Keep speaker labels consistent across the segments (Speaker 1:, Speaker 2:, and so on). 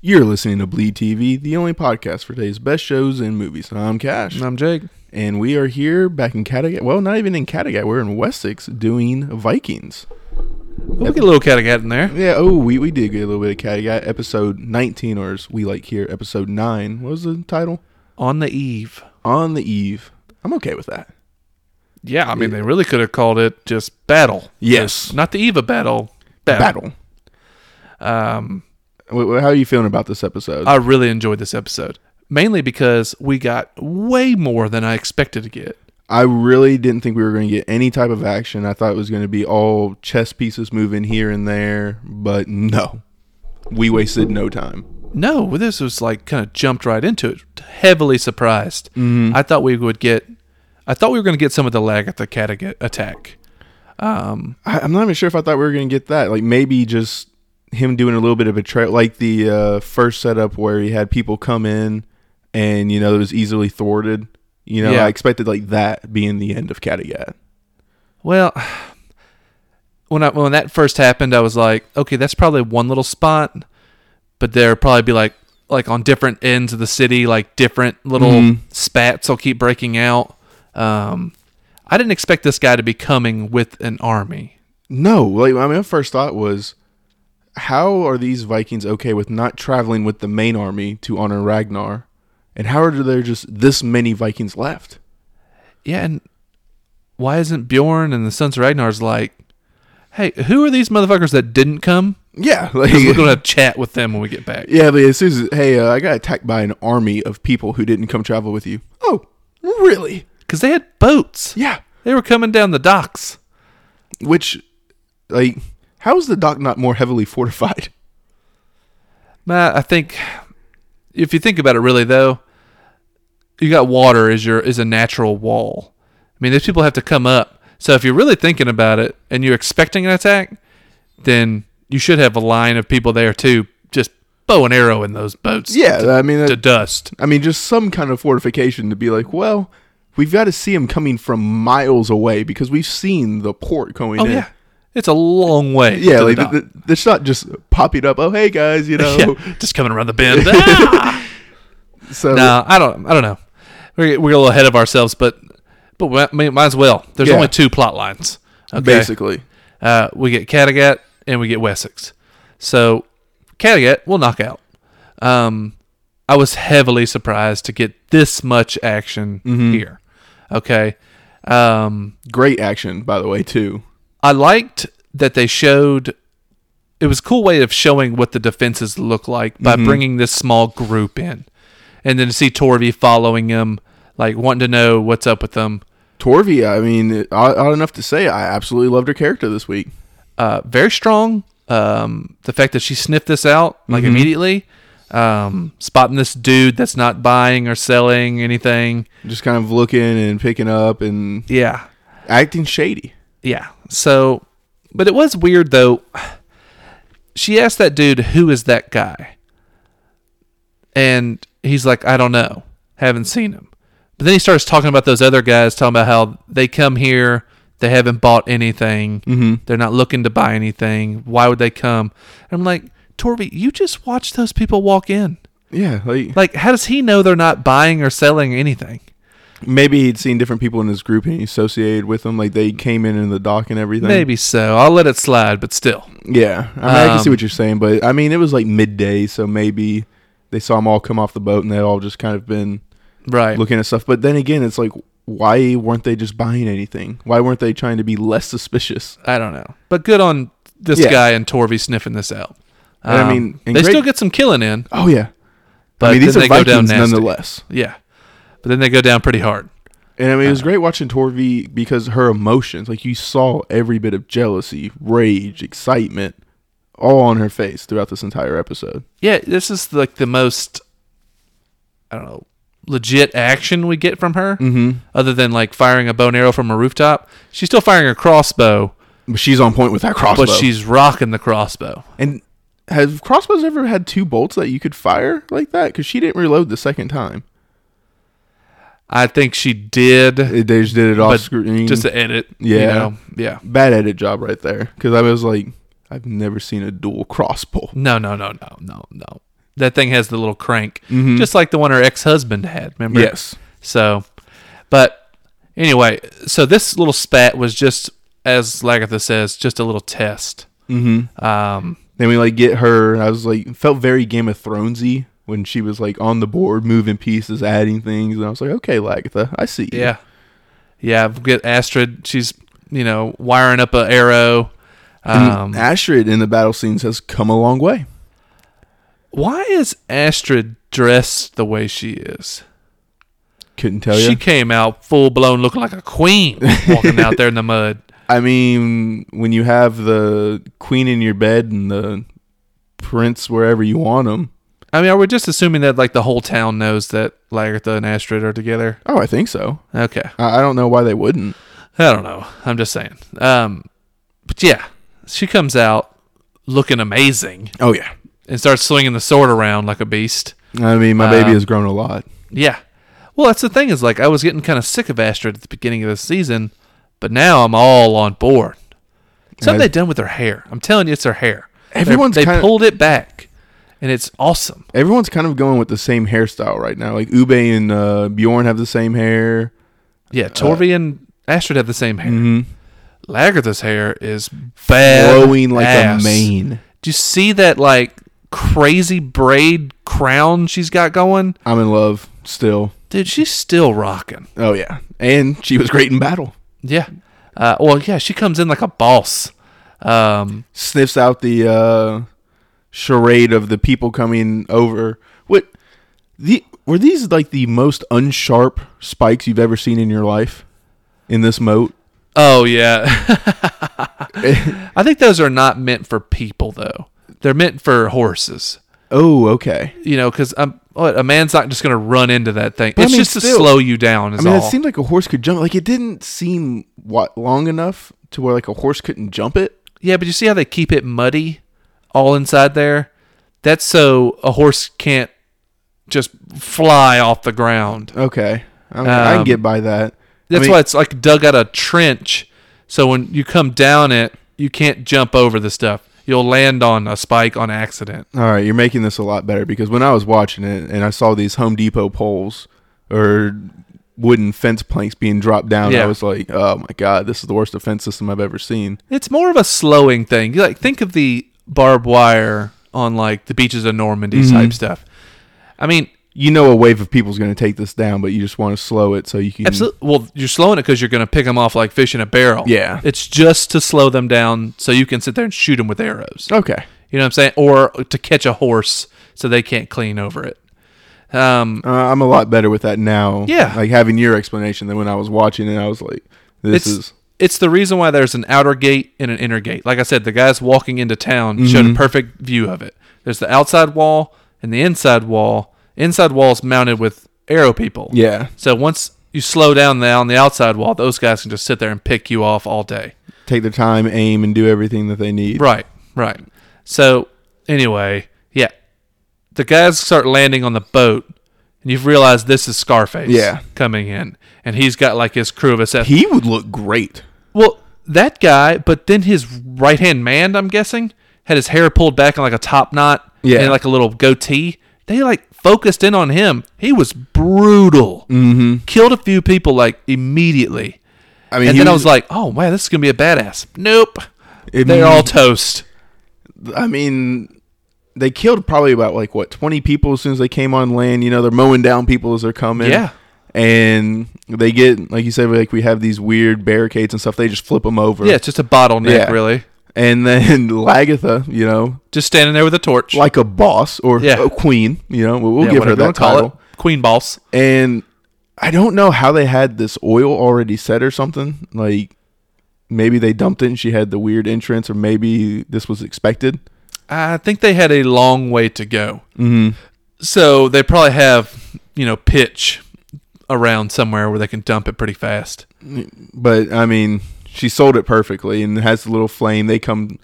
Speaker 1: You're listening to Bleed TV, the only podcast for today's best shows and movies. I'm Cash,
Speaker 2: I'm Jake.
Speaker 1: and we are here back in Kattegat. Well, not even in Kattegat. We're in Wessex doing Vikings.
Speaker 2: we get a little cat cat in there.
Speaker 1: Yeah. Oh, we, we did get a little bit of Kattegat. Episode 19, or as we like here, episode 9. What was the title?
Speaker 2: On the eve.
Speaker 1: On the Eve. I'm okay with that.
Speaker 2: Yeah, I mean, they really could have called it just battle.
Speaker 1: Yes.
Speaker 2: Not the eve of battle. Battle.
Speaker 1: Battle.
Speaker 2: Um,
Speaker 1: Wh- wh- How are you feeling about this episode?
Speaker 2: I really enjoyed this episode, mainly because we got way more than I expected to get.
Speaker 1: I really didn't think we were going to get any type of action. I thought it was going to be all chess pieces moving here and there, but no. We wasted no time.
Speaker 2: No, this was like kind of jumped right into it. Heavily surprised. I thought we would get. I thought we were going to get some of the lag at the Kattegat attack. Um,
Speaker 1: I, I'm not even sure if I thought we were going to get that. Like maybe just him doing a little bit of a tra- like the uh, first setup where he had people come in and you know it was easily thwarted. You know,
Speaker 2: Yeah.
Speaker 1: I expected like that being the end of Kattegat.
Speaker 2: Well, when I when that first happened, I was like, okay, that's probably one little spot, but there'll probably be like like on different ends of the city, like different little
Speaker 1: Mhm.
Speaker 2: spats will keep breaking out. Um, I didn't expect this guy to be coming with an army.
Speaker 1: No, like I mean, my first thought was, how are these Vikings okay with not traveling with the main army to honor Ragnar, and how are there just this many Vikings left?
Speaker 2: Yeah, and why isn't Bjorn and the Sons of Ragnar's like, hey, who are these motherfuckers that didn't come?
Speaker 1: Yeah,
Speaker 2: 'Cause we're
Speaker 1: like
Speaker 2: gonna have a chat with them when we get back.
Speaker 1: yeah, like, as soon as hey, uh, I got attacked by an army of people who didn't come travel with you. Oh, really?
Speaker 2: Because they had boats.
Speaker 1: Yeah,
Speaker 2: They were coming down the docks.
Speaker 1: which like how is the dock not more heavily fortified?
Speaker 2: Matt, I think if you think about it really though, you got water is your is a natural wall. I mean, these people have to come up. So if you're really thinking about it and you're expecting an attack, then you should have a line of people there too, just bow and arrow in those boats
Speaker 1: Yeah, I mean,
Speaker 2: to
Speaker 1: that,
Speaker 2: dust.
Speaker 1: I mean, just some kind of fortification to be like, well, we've got to see them coming from miles away because we've seen the port going
Speaker 2: Oh
Speaker 1: in.
Speaker 2: yeah. It's a long way.
Speaker 1: Yeah,
Speaker 2: to the
Speaker 1: like
Speaker 2: dock.
Speaker 1: th- th- it's not just popping up. Oh, hey guys, you know.
Speaker 2: Yeah, just coming around the bend. Ah!
Speaker 1: So
Speaker 2: no, I don't. I don't know. We're, we're a little ahead of ourselves, but but we- I mean, might as well. There's
Speaker 1: Yeah.
Speaker 2: only two plot lines. Okay?
Speaker 1: basically,
Speaker 2: Uh, we get Kattegat and we get Wessex. So Kattegat we'll knock out. Um, I was heavily surprised to get this much action here. Okay. Um,
Speaker 1: great action by the way too.
Speaker 2: I liked that they showed. It was a cool way of showing what the defenses look like by bringing this small group in, and then to see Torvi following him, like wanting to know what's up with them.
Speaker 1: Torvi, I mean, odd, odd enough to say, I absolutely loved her character this week.
Speaker 2: uh, very strong. Um, the fact that she sniffed this out like immediately, um, spotting this dude that's not buying or selling anything.
Speaker 1: Just kind of looking and picking up and
Speaker 2: Yeah,
Speaker 1: acting shady.
Speaker 2: yeah. So, but it was weird though. She asked that dude, "Who is that guy?" And he's like, "I don't know. Haven't seen him." But then he starts talking about those other guys, talking about how they come here, they haven't bought anything.
Speaker 1: Mm-hmm.
Speaker 2: They're not looking to buy anything. Why would they come? And I'm like, Torby, you just watched those people walk in.
Speaker 1: Yeah, like
Speaker 2: Like, how does he know they're not buying or selling anything?
Speaker 1: maybe he'd seen different people in his group and he associated with them. Like they came in in the dock and everything.
Speaker 2: Maybe so. I'll let it slide, but still.
Speaker 1: Yeah, I, mean, I can see
Speaker 2: Um,
Speaker 1: what you're saying, but I mean, it was like midday, so maybe they saw them all come off the boat and they all just kind of been
Speaker 2: Right.
Speaker 1: looking at stuff. But then again, it's like, why weren't they just buying anything? Why weren't they trying to be less suspicious?
Speaker 2: I don't know. But good on this
Speaker 1: Yeah.
Speaker 2: guy and Torby sniffing this out. Um,
Speaker 1: And I mean,
Speaker 2: they
Speaker 1: and great-
Speaker 2: still get some killing in,
Speaker 1: Oh yeah,
Speaker 2: but
Speaker 1: I mean these
Speaker 2: then
Speaker 1: are
Speaker 2: they go down
Speaker 1: Vikings
Speaker 2: nasty.
Speaker 1: nonetheless.
Speaker 2: Yeah. But then they go down pretty hard.
Speaker 1: And I mean, it
Speaker 2: Uh-huh.
Speaker 1: was great watching Torvi because her emotions, like you saw every bit of jealousy, rage, excitement, all on her face throughout this entire episode.
Speaker 2: Yeah, this is like the most, I don't know, legit action we get from her.
Speaker 1: Mm-hmm.
Speaker 2: other than like firing a bow and arrow from a rooftop. She's still firing a crossbow,
Speaker 1: But she's on point with that crossbow.
Speaker 2: but she's rocking the crossbow.
Speaker 1: And have crossbows ever had two bolts that you could fire like that? Because she didn't reload the second time.
Speaker 2: I think she did
Speaker 1: They just did it off
Speaker 2: But
Speaker 1: screen.
Speaker 2: just to edit.
Speaker 1: Yeah.
Speaker 2: You know? Yeah.
Speaker 1: bad edit job right there. Because I was like, I've never seen a dual crossbow.
Speaker 2: No, no, no, no, no, no. that thing has the little crank, just like the one her ex-husband had. Remember?
Speaker 1: Mm-hmm. Yes.
Speaker 2: So, but anyway, so this little spat was just, as Lagatha says, just a little test. Mm-hmm. Um,
Speaker 1: Then we like get her. I was like, felt very Game of Thronesy when she was like on the board, moving pieces, adding things, and I was like, okay, Lagatha, I see. you."
Speaker 2: yeah, yeah. Get Astrid. She's you know wiring up a arrow.
Speaker 1: And
Speaker 2: Um,
Speaker 1: Astrid in the battle scenes has come a long way.
Speaker 2: why is Astrid dressed the way she is?
Speaker 1: Couldn't tell
Speaker 2: She
Speaker 1: you.
Speaker 2: came out full blown, looking like a queen, walking out there in the mud.
Speaker 1: I mean, when you have the queen in your bed and the prince wherever you want him.
Speaker 2: I mean, are we just assuming that like the whole town knows that Lagartha and Astrid are together?
Speaker 1: Oh, I think so.
Speaker 2: Okay.
Speaker 1: I, I don't know why they wouldn't.
Speaker 2: I don't know. I'm just saying. Um, but yeah, she comes out looking amazing
Speaker 1: Oh yeah.
Speaker 2: and starts swinging the sword around like a beast.
Speaker 1: I mean, my baby
Speaker 2: Uh,
Speaker 1: has grown a lot.
Speaker 2: Yeah. Well, that's the thing is like I was getting kind of sick of Astrid at the beginning of the season, but now I'm all on board. Something
Speaker 1: Yeah.
Speaker 2: they done with her hair. I'm telling you, it's her hair. They-
Speaker 1: Everyone's
Speaker 2: they
Speaker 1: kinda-
Speaker 2: pulled it back, and it's awesome.
Speaker 1: Everyone's kind of going with the same hairstyle right now. Like Ube and uh, Bjorn have the same hair. Uh,
Speaker 2: Yeah, Torvi and Astrid have the same hair.
Speaker 1: Mm-hmm.
Speaker 2: Lagartha's hair is bad.
Speaker 1: Blowing like
Speaker 2: ass.
Speaker 1: a mane.
Speaker 2: Do you see that like crazy braid crown she's got going?
Speaker 1: I'm in love still.
Speaker 2: Dude, she's still rocking.
Speaker 1: Oh yeah, and she was great in battle.
Speaker 2: Yeah. Uh, well, yeah, she comes in like a boss. Um,
Speaker 1: Sniffs out the uh, charade of the people coming over. What the were these like the most unsharp spikes you've ever seen in your life? In this moat,
Speaker 2: oh yeah. I think those are not meant for people though. They're meant for horses.
Speaker 1: oh okay.
Speaker 2: You know, because I'm what, a man's not just gonna run into that thing.
Speaker 1: But I
Speaker 2: it's
Speaker 1: mean,
Speaker 2: just to
Speaker 1: still-
Speaker 2: slow you down. Is
Speaker 1: I mean,
Speaker 2: all.
Speaker 1: it seemed like a horse could jump. Like it didn't seem what long enough to where like a horse couldn't jump it.
Speaker 2: Yeah, but you see how they keep it muddy all inside there? That's so a horse can't just fly off the ground.
Speaker 1: Okay, I, mean, I
Speaker 2: Um,
Speaker 1: can get by that.
Speaker 2: That's
Speaker 1: I mean,
Speaker 2: why it's like dug out a trench. So when you come down it, you can't jump over the stuff. You'll land on a spike on accident.
Speaker 1: All right, you're making this a lot better because when I was watching it and I saw these Home Depot poles or wooden fence planks being dropped down,
Speaker 2: Yeah.
Speaker 1: I was like, "Oh my god, this is the worst defense system I've ever seen."
Speaker 2: It's more of a slowing thing. You like think of the barbed wire on like the beaches of Normandy
Speaker 1: Mm-hmm.
Speaker 2: type stuff. I mean,
Speaker 1: You know, a wave of people's going to take this down, but you just want to slow it so you can.
Speaker 2: Absolutely. Well, you're slowing it because you're going to pick them off like fish in a barrel.
Speaker 1: Yeah.
Speaker 2: It's just to slow them down so you can sit there and shoot them with arrows.
Speaker 1: Okay.
Speaker 2: You know what I'm saying? Or to catch a horse so they can't clean over it. Um,
Speaker 1: Uh, I'm a lot better with that now.
Speaker 2: Yeah.
Speaker 1: Like having your explanation than when I was watching it, I was like, "This
Speaker 2: it's
Speaker 1: is."
Speaker 2: it's the reason why there's an outer gate and an inner gate. Like I said, the guys walking into town showed a
Speaker 1: Mm-hmm.
Speaker 2: perfect view of it. There's the outside wall and the inside wall. Inside wall's mounted with arrow people.
Speaker 1: Yeah.
Speaker 2: So once you slow down now on the outside wall, those guys can just sit there and pick you off all day.
Speaker 1: Take their time, aim, and do everything that they need.
Speaker 2: Right, right. So anyway, yeah, the guys start landing on the boat, and you've realized this is Scarface.
Speaker 1: Yeah.
Speaker 2: coming in, and he's got like his crew of assassins.
Speaker 1: He would look great.
Speaker 2: well, that guy, but then his right hand man, I'm guessing, had his hair pulled back in like a top knot.
Speaker 1: Yeah.
Speaker 2: and like a little goatee. They like focused in on him. He was brutal. Mm-hmm. Killed a few people like immediately.
Speaker 1: I mean,
Speaker 2: And
Speaker 1: he
Speaker 2: then I was like, "Oh wow, this is gonna be a badass." Nope,
Speaker 1: It-
Speaker 2: they're all toast.
Speaker 1: I mean, they killed probably about like what twenty people as soon as they came on land. You know, they're mowing down people as they're coming.
Speaker 2: Yeah.
Speaker 1: and they get like you said, like we have these weird barricades and stuff. They just flip them over.
Speaker 2: Yeah, it's just a bottleneck,
Speaker 1: Yeah.
Speaker 2: really.
Speaker 1: and then Lagatha, you know,
Speaker 2: Just standing there with a torch.
Speaker 1: like a boss or
Speaker 2: Yeah.
Speaker 1: a queen. You know, we'll, we'll
Speaker 2: Yeah,
Speaker 1: give her
Speaker 2: whatever you
Speaker 1: that
Speaker 2: wanna call
Speaker 1: title.
Speaker 2: it. Queen Boss.
Speaker 1: And I don't know how they had this oil already set or something. Like maybe they dumped it and she had the weird entrance, or maybe this was expected.
Speaker 2: I think they had a long way to go. Mm-hmm. So they probably have, you know, pitch around somewhere where they can dump it pretty fast.
Speaker 1: But I mean, she sold it perfectly and has the little flame. They come.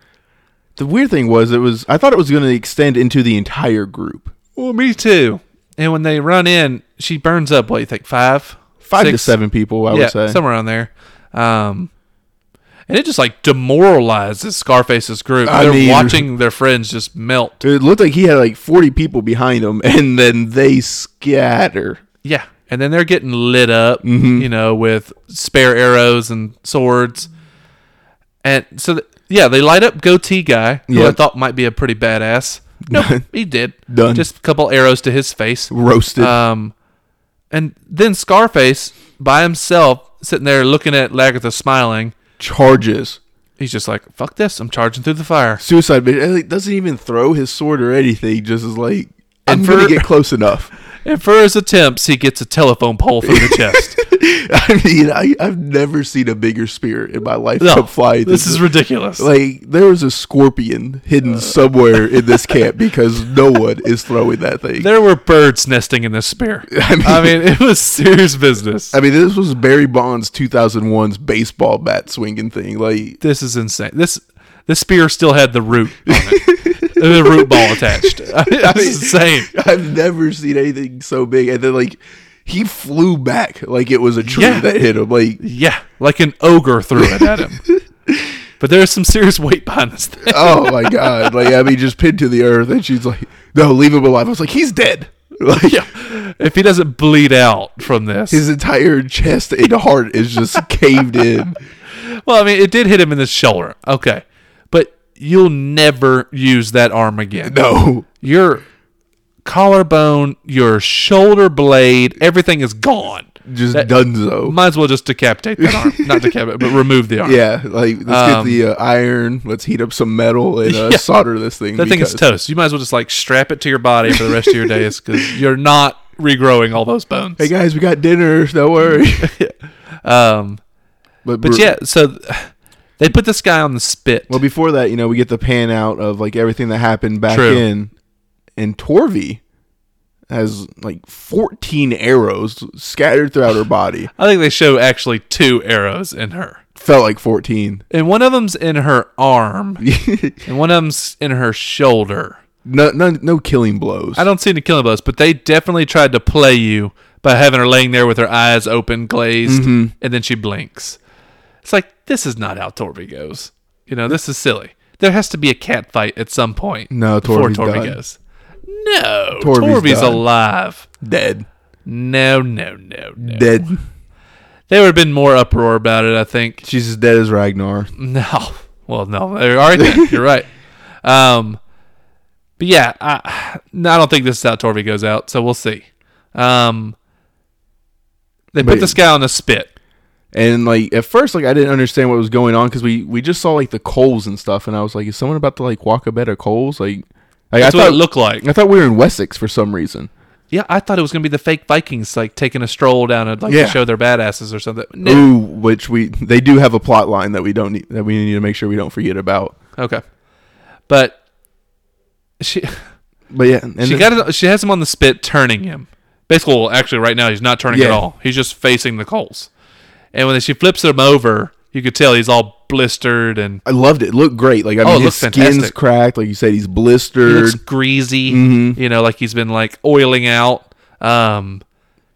Speaker 1: The weird thing was, it was I thought it was going to extend into the entire group,
Speaker 2: Well, me too. And when they run in, she burns up, what do you think, five?
Speaker 1: five to
Speaker 2: Six?
Speaker 1: seven people. I
Speaker 2: yeah,
Speaker 1: would say.
Speaker 2: somewhere around there. Um, and it just like demoralizes Scarface's group.
Speaker 1: I
Speaker 2: They're
Speaker 1: mean-
Speaker 2: watching their friends just melt.
Speaker 1: It looked like he had like 40 people behind him, and then they scatter.
Speaker 2: Yeah, and then they're getting lit up,
Speaker 1: Mm-hmm.
Speaker 2: you know, with spare arrows and swords, and so th- yeah, they light up goatee guy, who I
Speaker 1: Yep.
Speaker 2: thought might be a pretty badass. No, nope, he did
Speaker 1: Done.
Speaker 2: Just a couple arrows to his face.
Speaker 1: Roasted.
Speaker 2: Um, and then Scarface by himself sitting there looking at Lagatha smiling.
Speaker 1: charges.
Speaker 2: He's just like, "Fuck this! I'm charging through the fire."
Speaker 1: Suicide mission. And, like, Doesn't even throw his sword or anything. Just is like, I'm
Speaker 2: And
Speaker 1: going
Speaker 2: for-
Speaker 1: to get close enough.
Speaker 2: And for his attempts, he gets a telephone pole through the chest.
Speaker 1: I mean, I, I've never seen a bigger spear in my life
Speaker 2: No,
Speaker 1: come fly.
Speaker 2: this is ridiculous.
Speaker 1: like there was a scorpion hidden
Speaker 2: Uh.
Speaker 1: somewhere in this camp because no one is throwing that thing.
Speaker 2: there were birds nesting in this spear. I mean, it was serious business.
Speaker 1: I mean, this was Barry Bonds 2001's baseball bat swinging thing. Like,
Speaker 2: this is insane. This this spear still had the root on it, the root ball attached. I mean,
Speaker 1: I
Speaker 2: that's
Speaker 1: mean-
Speaker 2: insane.
Speaker 1: I've never seen anything so big. And then, like, he flew back like it was a tree
Speaker 2: Yeah.
Speaker 1: that hit him. Like,
Speaker 2: Yeah, like an ogre threw it at him. but there's some serious weight behind this thing.
Speaker 1: oh my god! Like, I mean, just pinned to the earth. And she's like, "No, leave him alive." I was like, "He's dead." Like,
Speaker 2: If he doesn't bleed out from this,
Speaker 1: his entire chest and heart is just caved in.
Speaker 2: well, I mean, it did hit him in the shoulder. Okay, but you'll never use that arm again.
Speaker 1: No,
Speaker 2: your collarbone, your shoulder blade, everything is gone.
Speaker 1: just Dunzo.
Speaker 2: Might as well just decapitate that arm. Not decapitate, but remove the arm.
Speaker 1: Yeah, like let's get
Speaker 2: Um,
Speaker 1: the uh, iron. Let's heat up some metal and uh,
Speaker 2: Yeah.
Speaker 1: solder this thing.
Speaker 2: that thing is
Speaker 1: because-
Speaker 2: toast. You might as well just like strap it to your body for the rest of your days because you're not regrowing all those bones.
Speaker 1: Hey guys, we got dinner. Don't worry.
Speaker 2: Um, but
Speaker 1: Bru-
Speaker 2: yeah, so th- they put this guy on the spit.
Speaker 1: Well, before that, you know, we get the pan out of like everything that happened back
Speaker 2: True.
Speaker 1: in, and Torvi has like 14 arrows scattered throughout her body.
Speaker 2: I think they show actually two arrows in her,
Speaker 1: Felt like 14.
Speaker 2: and one of them's in her arm, and one of them's in her shoulder.
Speaker 1: no, no, no killing blows.
Speaker 2: I don't see any killing blows, but they definitely tried to play you by having her laying there with her eyes open, glazed, and then she blinks. It's like this is not how Torby goes. You know, this is silly. There has to be a cat fight at some point.
Speaker 1: No,
Speaker 2: before
Speaker 1: Torby's
Speaker 2: Torby
Speaker 1: done.
Speaker 2: goes. No,
Speaker 1: Torby's
Speaker 2: Torby's
Speaker 1: done.
Speaker 2: alive.
Speaker 1: Dead.
Speaker 2: No, no, no, no.
Speaker 1: Dead.
Speaker 2: There would have been more uproar about it, I think.
Speaker 1: She's as dead as Ragnar.
Speaker 2: No. Well, no. All right, then. You're right. Um, but yeah, I, no, I don't think this is how Torvey goes out, so we'll see. Um, they put
Speaker 1: But-
Speaker 2: this guy on the spit.
Speaker 1: And like at first, like I didn't understand what was going on because we we just saw like the coals and stuff, and I was like, is someone about to like walk a bed of coals? Like, like I
Speaker 2: That's what
Speaker 1: thought
Speaker 2: it looked like.
Speaker 1: I thought we were in Wessex for some reason.
Speaker 2: Yeah, I thought it was gonna be the fake Vikings like taking a stroll down and like
Speaker 1: Yeah.
Speaker 2: to show their badasses or something. No.
Speaker 1: Ooh, which we they do have a plot line that we don't need that we need to make sure we don't forget about.
Speaker 2: Okay, but she
Speaker 1: But yeah, and
Speaker 2: she
Speaker 1: then-
Speaker 2: got it, she has him on the spit, turning him. Basically, well, actually, right now he's not turning at
Speaker 1: Yeah.
Speaker 2: all. He's just facing the coals. And when she flips him over, you could tell he's all blistered and
Speaker 1: I loved it. It looked great. Like I mean,
Speaker 2: Oh, it
Speaker 1: his
Speaker 2: looks
Speaker 1: skin's
Speaker 2: fantastic.
Speaker 1: cracked. Like you said, he's
Speaker 2: he
Speaker 1: blistered.
Speaker 2: looks greasy.
Speaker 1: Mm-hmm.
Speaker 2: You know, like he's been like oiling out. Um,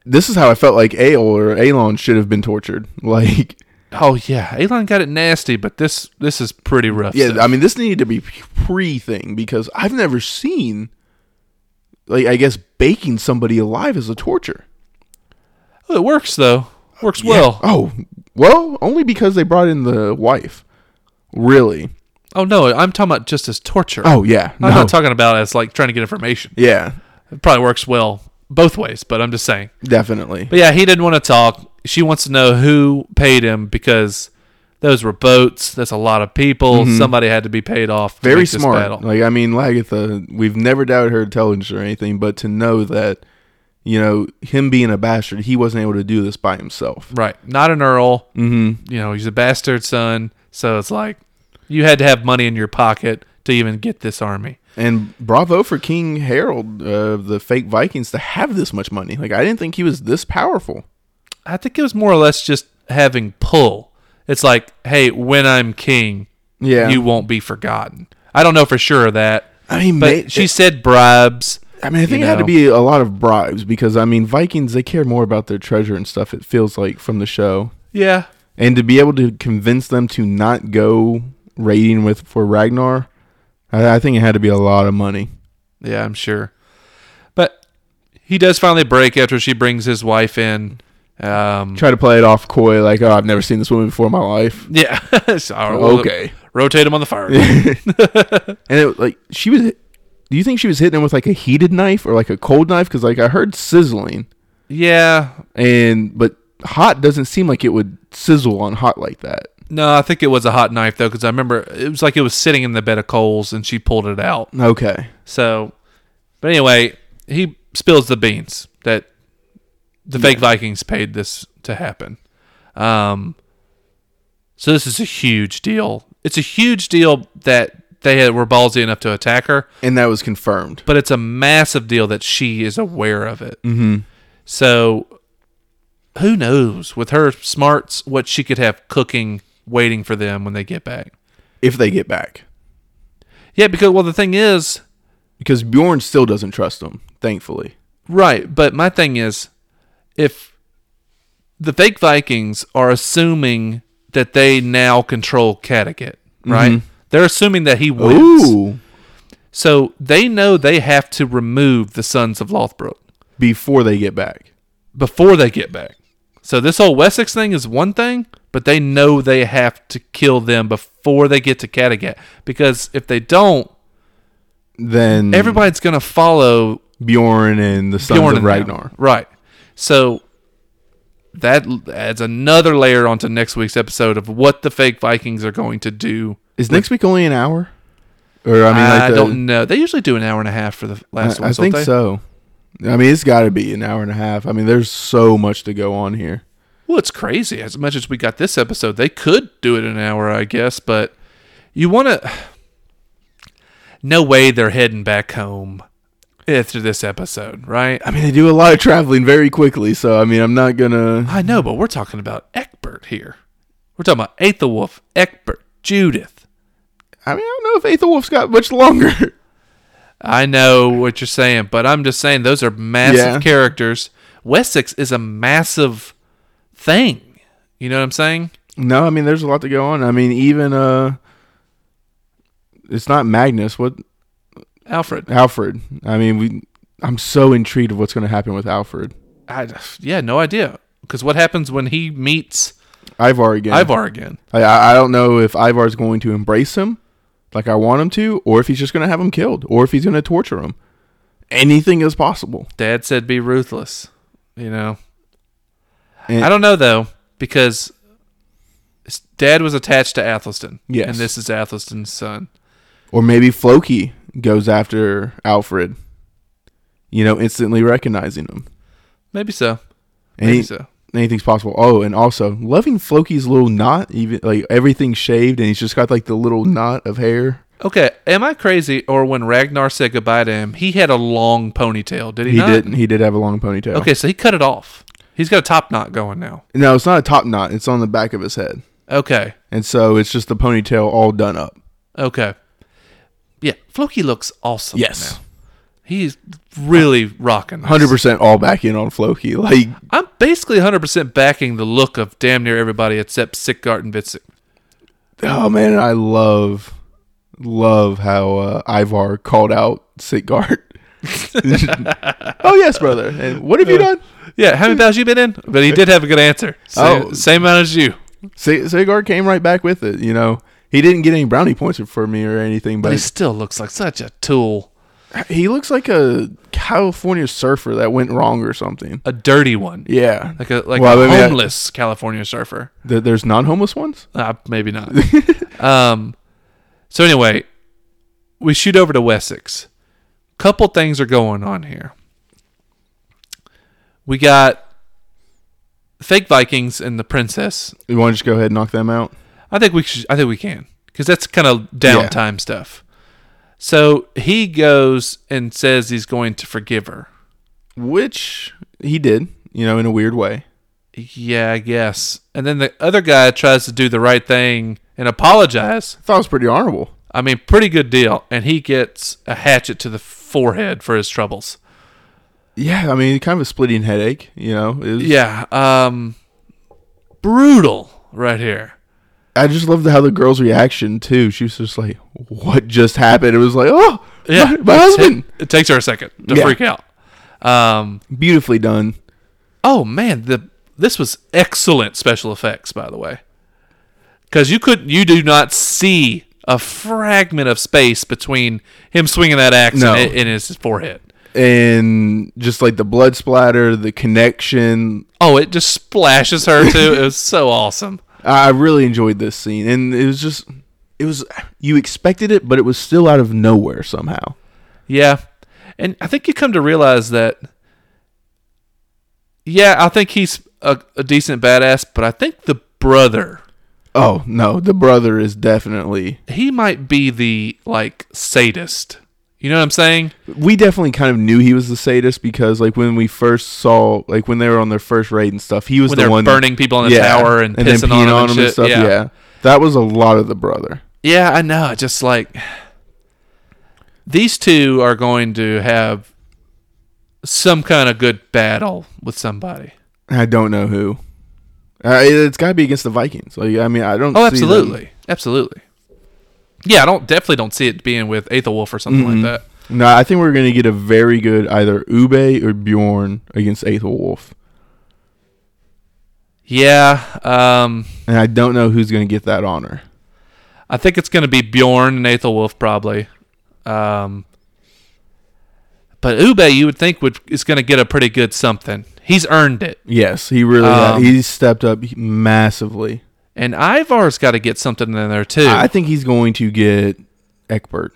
Speaker 1: this is how I felt like Aol or Alon should have been tortured. Like
Speaker 2: oh yeah, Elon got it nasty, but this this is pretty rough.
Speaker 1: Yeah,
Speaker 2: stuff.
Speaker 1: I mean, this needed to be pre thing because I've never seen, like, I guess baking somebody alive is a torture.
Speaker 2: Well, it works though. Works well.
Speaker 1: Oh, well, only because they brought in the wife. Really?
Speaker 2: Oh no, I'm talking about just as torture.
Speaker 1: Oh yeah, no,
Speaker 2: I'm not talking about as like trying to get information.
Speaker 1: yeah,
Speaker 2: It probably works well both ways, but I'm just saying.
Speaker 1: definitely.
Speaker 2: But yeah, he didn't want to talk. She wants to know who paid him because those were boats. That's a lot of people. Somebody had to be paid off. to
Speaker 1: Mm-hmm. Very
Speaker 2: make this battle.
Speaker 1: smart. Like, I mean, Lagatha, we've never doubted her intelligence or anything, but to know that, you know, him being a bastard, he wasn't able to do this by himself.
Speaker 2: Right. Not an earl.
Speaker 1: Mm-hmm.
Speaker 2: You know, he's a bastard son. So it's like you had to have money in your pocket to even get this army.
Speaker 1: And bravo for King Harold of the fake Vikings to have this much money. Like I didn't think he was this powerful.
Speaker 2: I think it was more or less just having pull. It's like, hey, when I'm king,
Speaker 1: Yeah,
Speaker 2: you won't be forgotten. I don't know for sure of that,
Speaker 1: I mean,
Speaker 2: but
Speaker 1: ma-
Speaker 2: she said bribes.
Speaker 1: I mean, I think
Speaker 2: you
Speaker 1: it had to
Speaker 2: know.
Speaker 1: be a lot of bribes because I mean, Vikings they care more about their treasure and stuff. It feels like from the show,
Speaker 2: Yeah.
Speaker 1: and to be able to convince them to not go raiding with for Ragnar, I, I think it had to be a lot of money.
Speaker 2: Yeah, I'm sure. But he does finally break after she brings his wife in. Um,
Speaker 1: Try to play it off coy, like, oh, I've never seen this woman before in my life.
Speaker 2: yeah. So, uh,
Speaker 1: okay,
Speaker 2: Rotate him on the fire.
Speaker 1: and it like she was. Do you think she was hitting him with like a heated knife or like a cold knife? Because like I heard sizzling,
Speaker 2: yeah.
Speaker 1: and but hot doesn't seem like it would sizzle on hot like that.
Speaker 2: No, I think it was a hot knife though, because I remember it was like it was sitting in the bed of coals, and she pulled it out.
Speaker 1: Okay,
Speaker 2: So, but anyway, he spills the beans that the fake Vikings paid this to happen. Um, so this is a huge deal. It's a huge deal that they had, were ballsy enough to attack her,
Speaker 1: and that was confirmed.
Speaker 2: but it's a massive deal that she is aware of it.
Speaker 1: Mm-hmm.
Speaker 2: So, who knows with her smarts what she could have cooking waiting for them when they get back?
Speaker 1: If they get back,
Speaker 2: Yeah, because well, the thing is,
Speaker 1: because Bjorn still doesn't trust them. Thankfully,
Speaker 2: Right, but my thing is, if the fake Vikings are assuming that they now control Kattegat, right? They're assuming that he wins.
Speaker 1: Mm-hmm. ooh,
Speaker 2: So they know they have to remove the sons of Lothbrok
Speaker 1: before they get back.
Speaker 2: before they get back. So this whole Wessex thing is one thing, but they know they have to kill them before they get to Kattegat because if they
Speaker 1: Hmm.
Speaker 2: don't,
Speaker 1: Then
Speaker 2: everybody's going to follow
Speaker 1: Bjorn and the sons
Speaker 2: Bjorn
Speaker 1: of
Speaker 2: and them.
Speaker 1: Ragnar.
Speaker 2: Right. So that l- adds another layer onto next week's episode of what the fake Vikings are going to do.
Speaker 1: Is next week only an hour? Or I
Speaker 2: I,
Speaker 1: mean, like the-
Speaker 2: don't know. They usually do an hour and a half for the last
Speaker 1: I,
Speaker 2: one.
Speaker 1: I
Speaker 2: don't
Speaker 1: think
Speaker 2: they?
Speaker 1: so. I mean, it's got to be an hour and a half. I mean, there's so much to go on here.
Speaker 2: Well, it's crazy. As much as we got this episode, they could do it in an hour, I guess. But you want to. No way they're heading back home after this episode, right?
Speaker 1: I mean, they do a lot of traveling very quickly, so I mean, I'm not gonna.
Speaker 2: I know, but we're talking about Eckbert here. We're talking about Aethelwulf, Eckbert, Judith.
Speaker 1: I mean, I don't know if Aethelwolf's got much longer.
Speaker 2: I know what you're saying, but I'm just saying those are massive
Speaker 1: Yeah.
Speaker 2: characters. Wessex is a massive thing. You know what I'm saying?
Speaker 1: no, I mean, there's a lot to go on. I mean, even uh, it's not Magnus. What
Speaker 2: Alfred.
Speaker 1: Alfred? I mean, we. I'm so intrigued of what's gonna happen with Alfred.
Speaker 2: I, yeah, no idea. Because what happens when he meets
Speaker 1: Ivar again.
Speaker 2: Ivar again?
Speaker 1: I- I, I don't know if Ivar's going to embrace him like I want him to, or if he's just going to have him killed, or if he's going to torture him. Anything is possible.
Speaker 2: Dad said be ruthless. You know?
Speaker 1: And-
Speaker 2: I don't know, though, because his dad was attached to Athelstan.
Speaker 1: Yes.
Speaker 2: And this is Athelstan's son.
Speaker 1: Or maybe Floki goes after Alfred, you know, instantly recognizing him.
Speaker 2: Maybe so.
Speaker 1: Any,
Speaker 2: Maybe so.
Speaker 1: Anything's possible. Oh, and also loving Floki's little knot, even like everything's shaved, and he's just got like the little knot of hair.
Speaker 2: Okay, am I crazy? Or when Ragnar said goodbye to him, he had a long ponytail, did he?
Speaker 1: He
Speaker 2: not?
Speaker 1: didn't. He did have a long ponytail.
Speaker 2: Okay, so he cut it off. He's got a top knot going now.
Speaker 1: No, it's not a top knot. It's on the back of his head,
Speaker 2: Okay,
Speaker 1: and so it's just the ponytail all done up.
Speaker 2: okay. Yeah, Floki looks awesome.
Speaker 1: Yes.
Speaker 2: now. he's really rocking. this.
Speaker 1: Hundred percent all back in on Floki. Like
Speaker 2: I'm basically 100 percent backing the look of damn near everybody except Sickgart and Vitzik.
Speaker 1: Oh man, I love love how uh, Ivar called out Sigvard. oh yes, brother. And what have you done?
Speaker 2: Yeah,
Speaker 1: Hmm.
Speaker 2: how many battles you been in? But he did have a good answer. Same,
Speaker 1: Oh.
Speaker 2: same amount as you,
Speaker 1: Sig- Sigvard came right back with it. You know, he didn't get any brownie points for me or anything,
Speaker 2: but
Speaker 1: but
Speaker 2: he still looks like such a tool,
Speaker 1: he looks like a California surfer that went wrong or something.
Speaker 2: a dirty one,
Speaker 1: Yeah,
Speaker 2: like a like
Speaker 1: Well,
Speaker 2: a
Speaker 1: maybe I-
Speaker 2: homeless California surfer.
Speaker 1: Th- there's non-homeless ones.
Speaker 2: Uh, maybe not. um, so anyway, we shoot over to Wessex. Couple things are going on here. We got fake Vikings and the princess.
Speaker 1: You want to just go ahead and knock them out?
Speaker 2: I think we should. I think we can because that's kind of downtime stuff. So he goes and says he's going to forgive her.
Speaker 1: Which he did. You know, in a weird way.
Speaker 2: Yeah, I guess. And then the other guy tries to do the right thing and apologize.
Speaker 1: I thought it was pretty honorable.
Speaker 2: I mean, pretty good deal. And he gets a hatchet to the forehead for his troubles.
Speaker 1: Yeah, I mean, kind of a splitting headache. You know, it was,
Speaker 2: Yeah. Um, brutal. right here.
Speaker 1: I just loved how the girl's reaction too. She was just like, "What just happened?" It was like, "Oh,
Speaker 2: Yeah,
Speaker 1: my, my
Speaker 2: it ta-
Speaker 1: husband."
Speaker 2: It takes her a second to
Speaker 1: Yeah.
Speaker 2: freak out. Um,
Speaker 1: Beautifully done.
Speaker 2: oh man, the this was excellent special effects, by the way, because you could you do not see a fragment of space between him swinging that axe
Speaker 1: No.
Speaker 2: and, it, and his forehead.
Speaker 1: and just like the blood splatter, the connection.
Speaker 2: Oh, it just splashes her too. it was so awesome.
Speaker 1: I I really enjoyed this scene, and it was just, it was you expected it, but it was still out of nowhere somehow.
Speaker 2: Yeah. And I think you come to realize that, yeah, I think he's a, a decent badass, but I think the brother,
Speaker 1: Oh no, the brother is definitely.
Speaker 2: he might be the, like, sadist. You know what I'm saying?
Speaker 1: We definitely kind of knew he was the sadist because, like, when we first saw, like, when they were on their first raid and stuff, he was
Speaker 2: When
Speaker 1: the
Speaker 2: they're
Speaker 1: one
Speaker 2: burning people in the tower and,
Speaker 1: then
Speaker 2: pissing on them and, shit. yeah. yeah.
Speaker 1: that was a lot of the brother.
Speaker 2: I know. Just like, these two are going to have some kind of good battle with somebody.
Speaker 1: I don't know who. Uh, it- it's got to be against the Vikings. Like, I mean, I don't.
Speaker 2: Oh,
Speaker 1: see them-
Speaker 2: absolutely, absolutely. Yeah, I don't definitely don't see it being with Aethelwulf or something
Speaker 1: Mhm.
Speaker 2: like that.
Speaker 1: No, I think we're going to get a very good either Ube or Bjorn against Aethelwolf.
Speaker 2: Yeah, um,
Speaker 1: And I don't know who's going to get that honor.
Speaker 2: I think it's going to be Bjorn and Aethelwulf probably. Um, but Ube, you would think would is going to get a pretty good something. He's earned it,
Speaker 1: Yes, he really has.
Speaker 2: Um,
Speaker 1: He's stepped up massively.
Speaker 2: and Ivar's got to get something in there too.
Speaker 1: I think he's going to get Eckbert.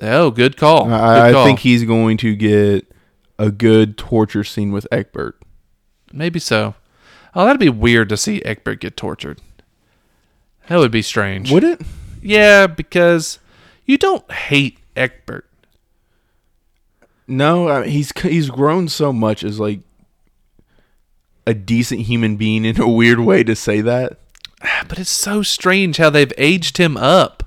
Speaker 2: oh, good call.
Speaker 1: I,
Speaker 2: good
Speaker 1: I
Speaker 2: call.
Speaker 1: think he's going to get a good torture scene with Eckbert.
Speaker 2: maybe so. Oh, that'd be weird to see Egbert get tortured. That would be strange.
Speaker 1: Would it?
Speaker 2: Yeah, because you don't hate Egbert.
Speaker 1: No, I mean, he's he's grown so much as like a decent human being in a weird way to say that.
Speaker 2: But it's so strange how they've aged him up.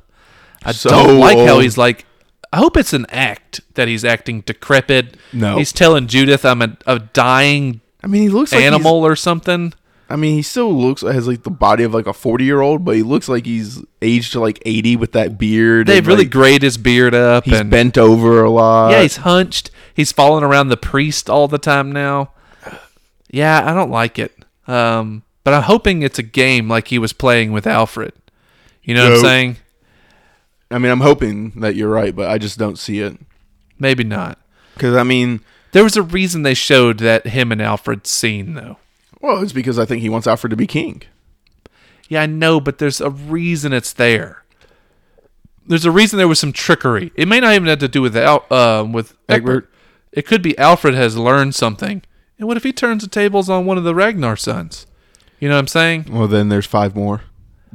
Speaker 2: I
Speaker 1: So
Speaker 2: don't like how
Speaker 1: old.
Speaker 2: he's like. I hope it's an act that he's acting decrepit.
Speaker 1: No.
Speaker 2: he's telling Judith I'm a, a dying
Speaker 1: I mean, he looks like he's-
Speaker 2: animal or something.
Speaker 1: I mean, he still looks has like the body of like a forty year old, but he looks like he's aged to like eighty with that beard.
Speaker 2: They've
Speaker 1: and,
Speaker 2: really
Speaker 1: like,
Speaker 2: grayed his beard up
Speaker 1: he's
Speaker 2: and
Speaker 1: bent over a lot.
Speaker 2: yeah, he's hunched. He's falling around the priest all the time now. Yeah, I don't like it. Um, but I'm hoping it's a game like he was playing with Alfred. You know what I'm
Speaker 1: No.
Speaker 2: saying?
Speaker 1: I mean, I'm hoping that you're right, but I just don't see it
Speaker 2: Maybe not.
Speaker 1: because I mean,
Speaker 2: There was a reason they showed that him and Alfred scene though.
Speaker 1: well, it's because I think he wants Alfred to be king.
Speaker 2: Yeah, I know, but there's a reason it's there. There's a reason there was some trickery. It may not even have to do with Al- um, with Egbert.
Speaker 1: Egbert.
Speaker 2: It could be Alfred has learned something. And what if he turns the tables on one of the Ragnar sons? You know what I'm saying?
Speaker 1: Well, then there's five more.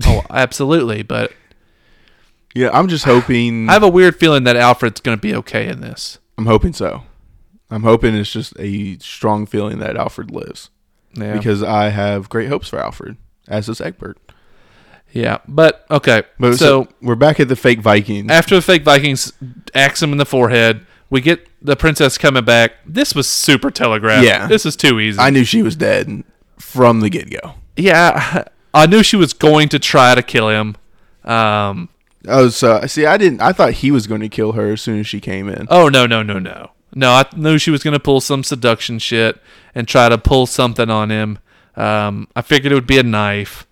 Speaker 2: oh, absolutely. But
Speaker 1: Yeah, I'm just hoping.
Speaker 2: I have a weird feeling that Alfred's going to be okay in this.
Speaker 1: I'm hoping so. I'm hoping it's just a strong feeling that Alfred lives
Speaker 2: Yeah.
Speaker 1: because I have great hopes for Alfred, as does Egbert.
Speaker 2: yeah. But okay.
Speaker 1: But
Speaker 2: so,
Speaker 1: so, we're back at the fake Vikings.
Speaker 2: after the fake Vikings axe him in the forehead, we get the princess coming back. This was super telegraphed.
Speaker 1: Yeah.
Speaker 2: This is too easy.
Speaker 1: I knew she was dead from the get go.
Speaker 2: yeah, I knew she was going to try to kill him. Um,
Speaker 1: Oh, so see, I didn't. I thought he was going to kill her as soon as she came in.
Speaker 2: oh no, no, no, no, no! I knew she was going to pull some seduction shit and try to pull something on him. Um, I figured it would be a knife.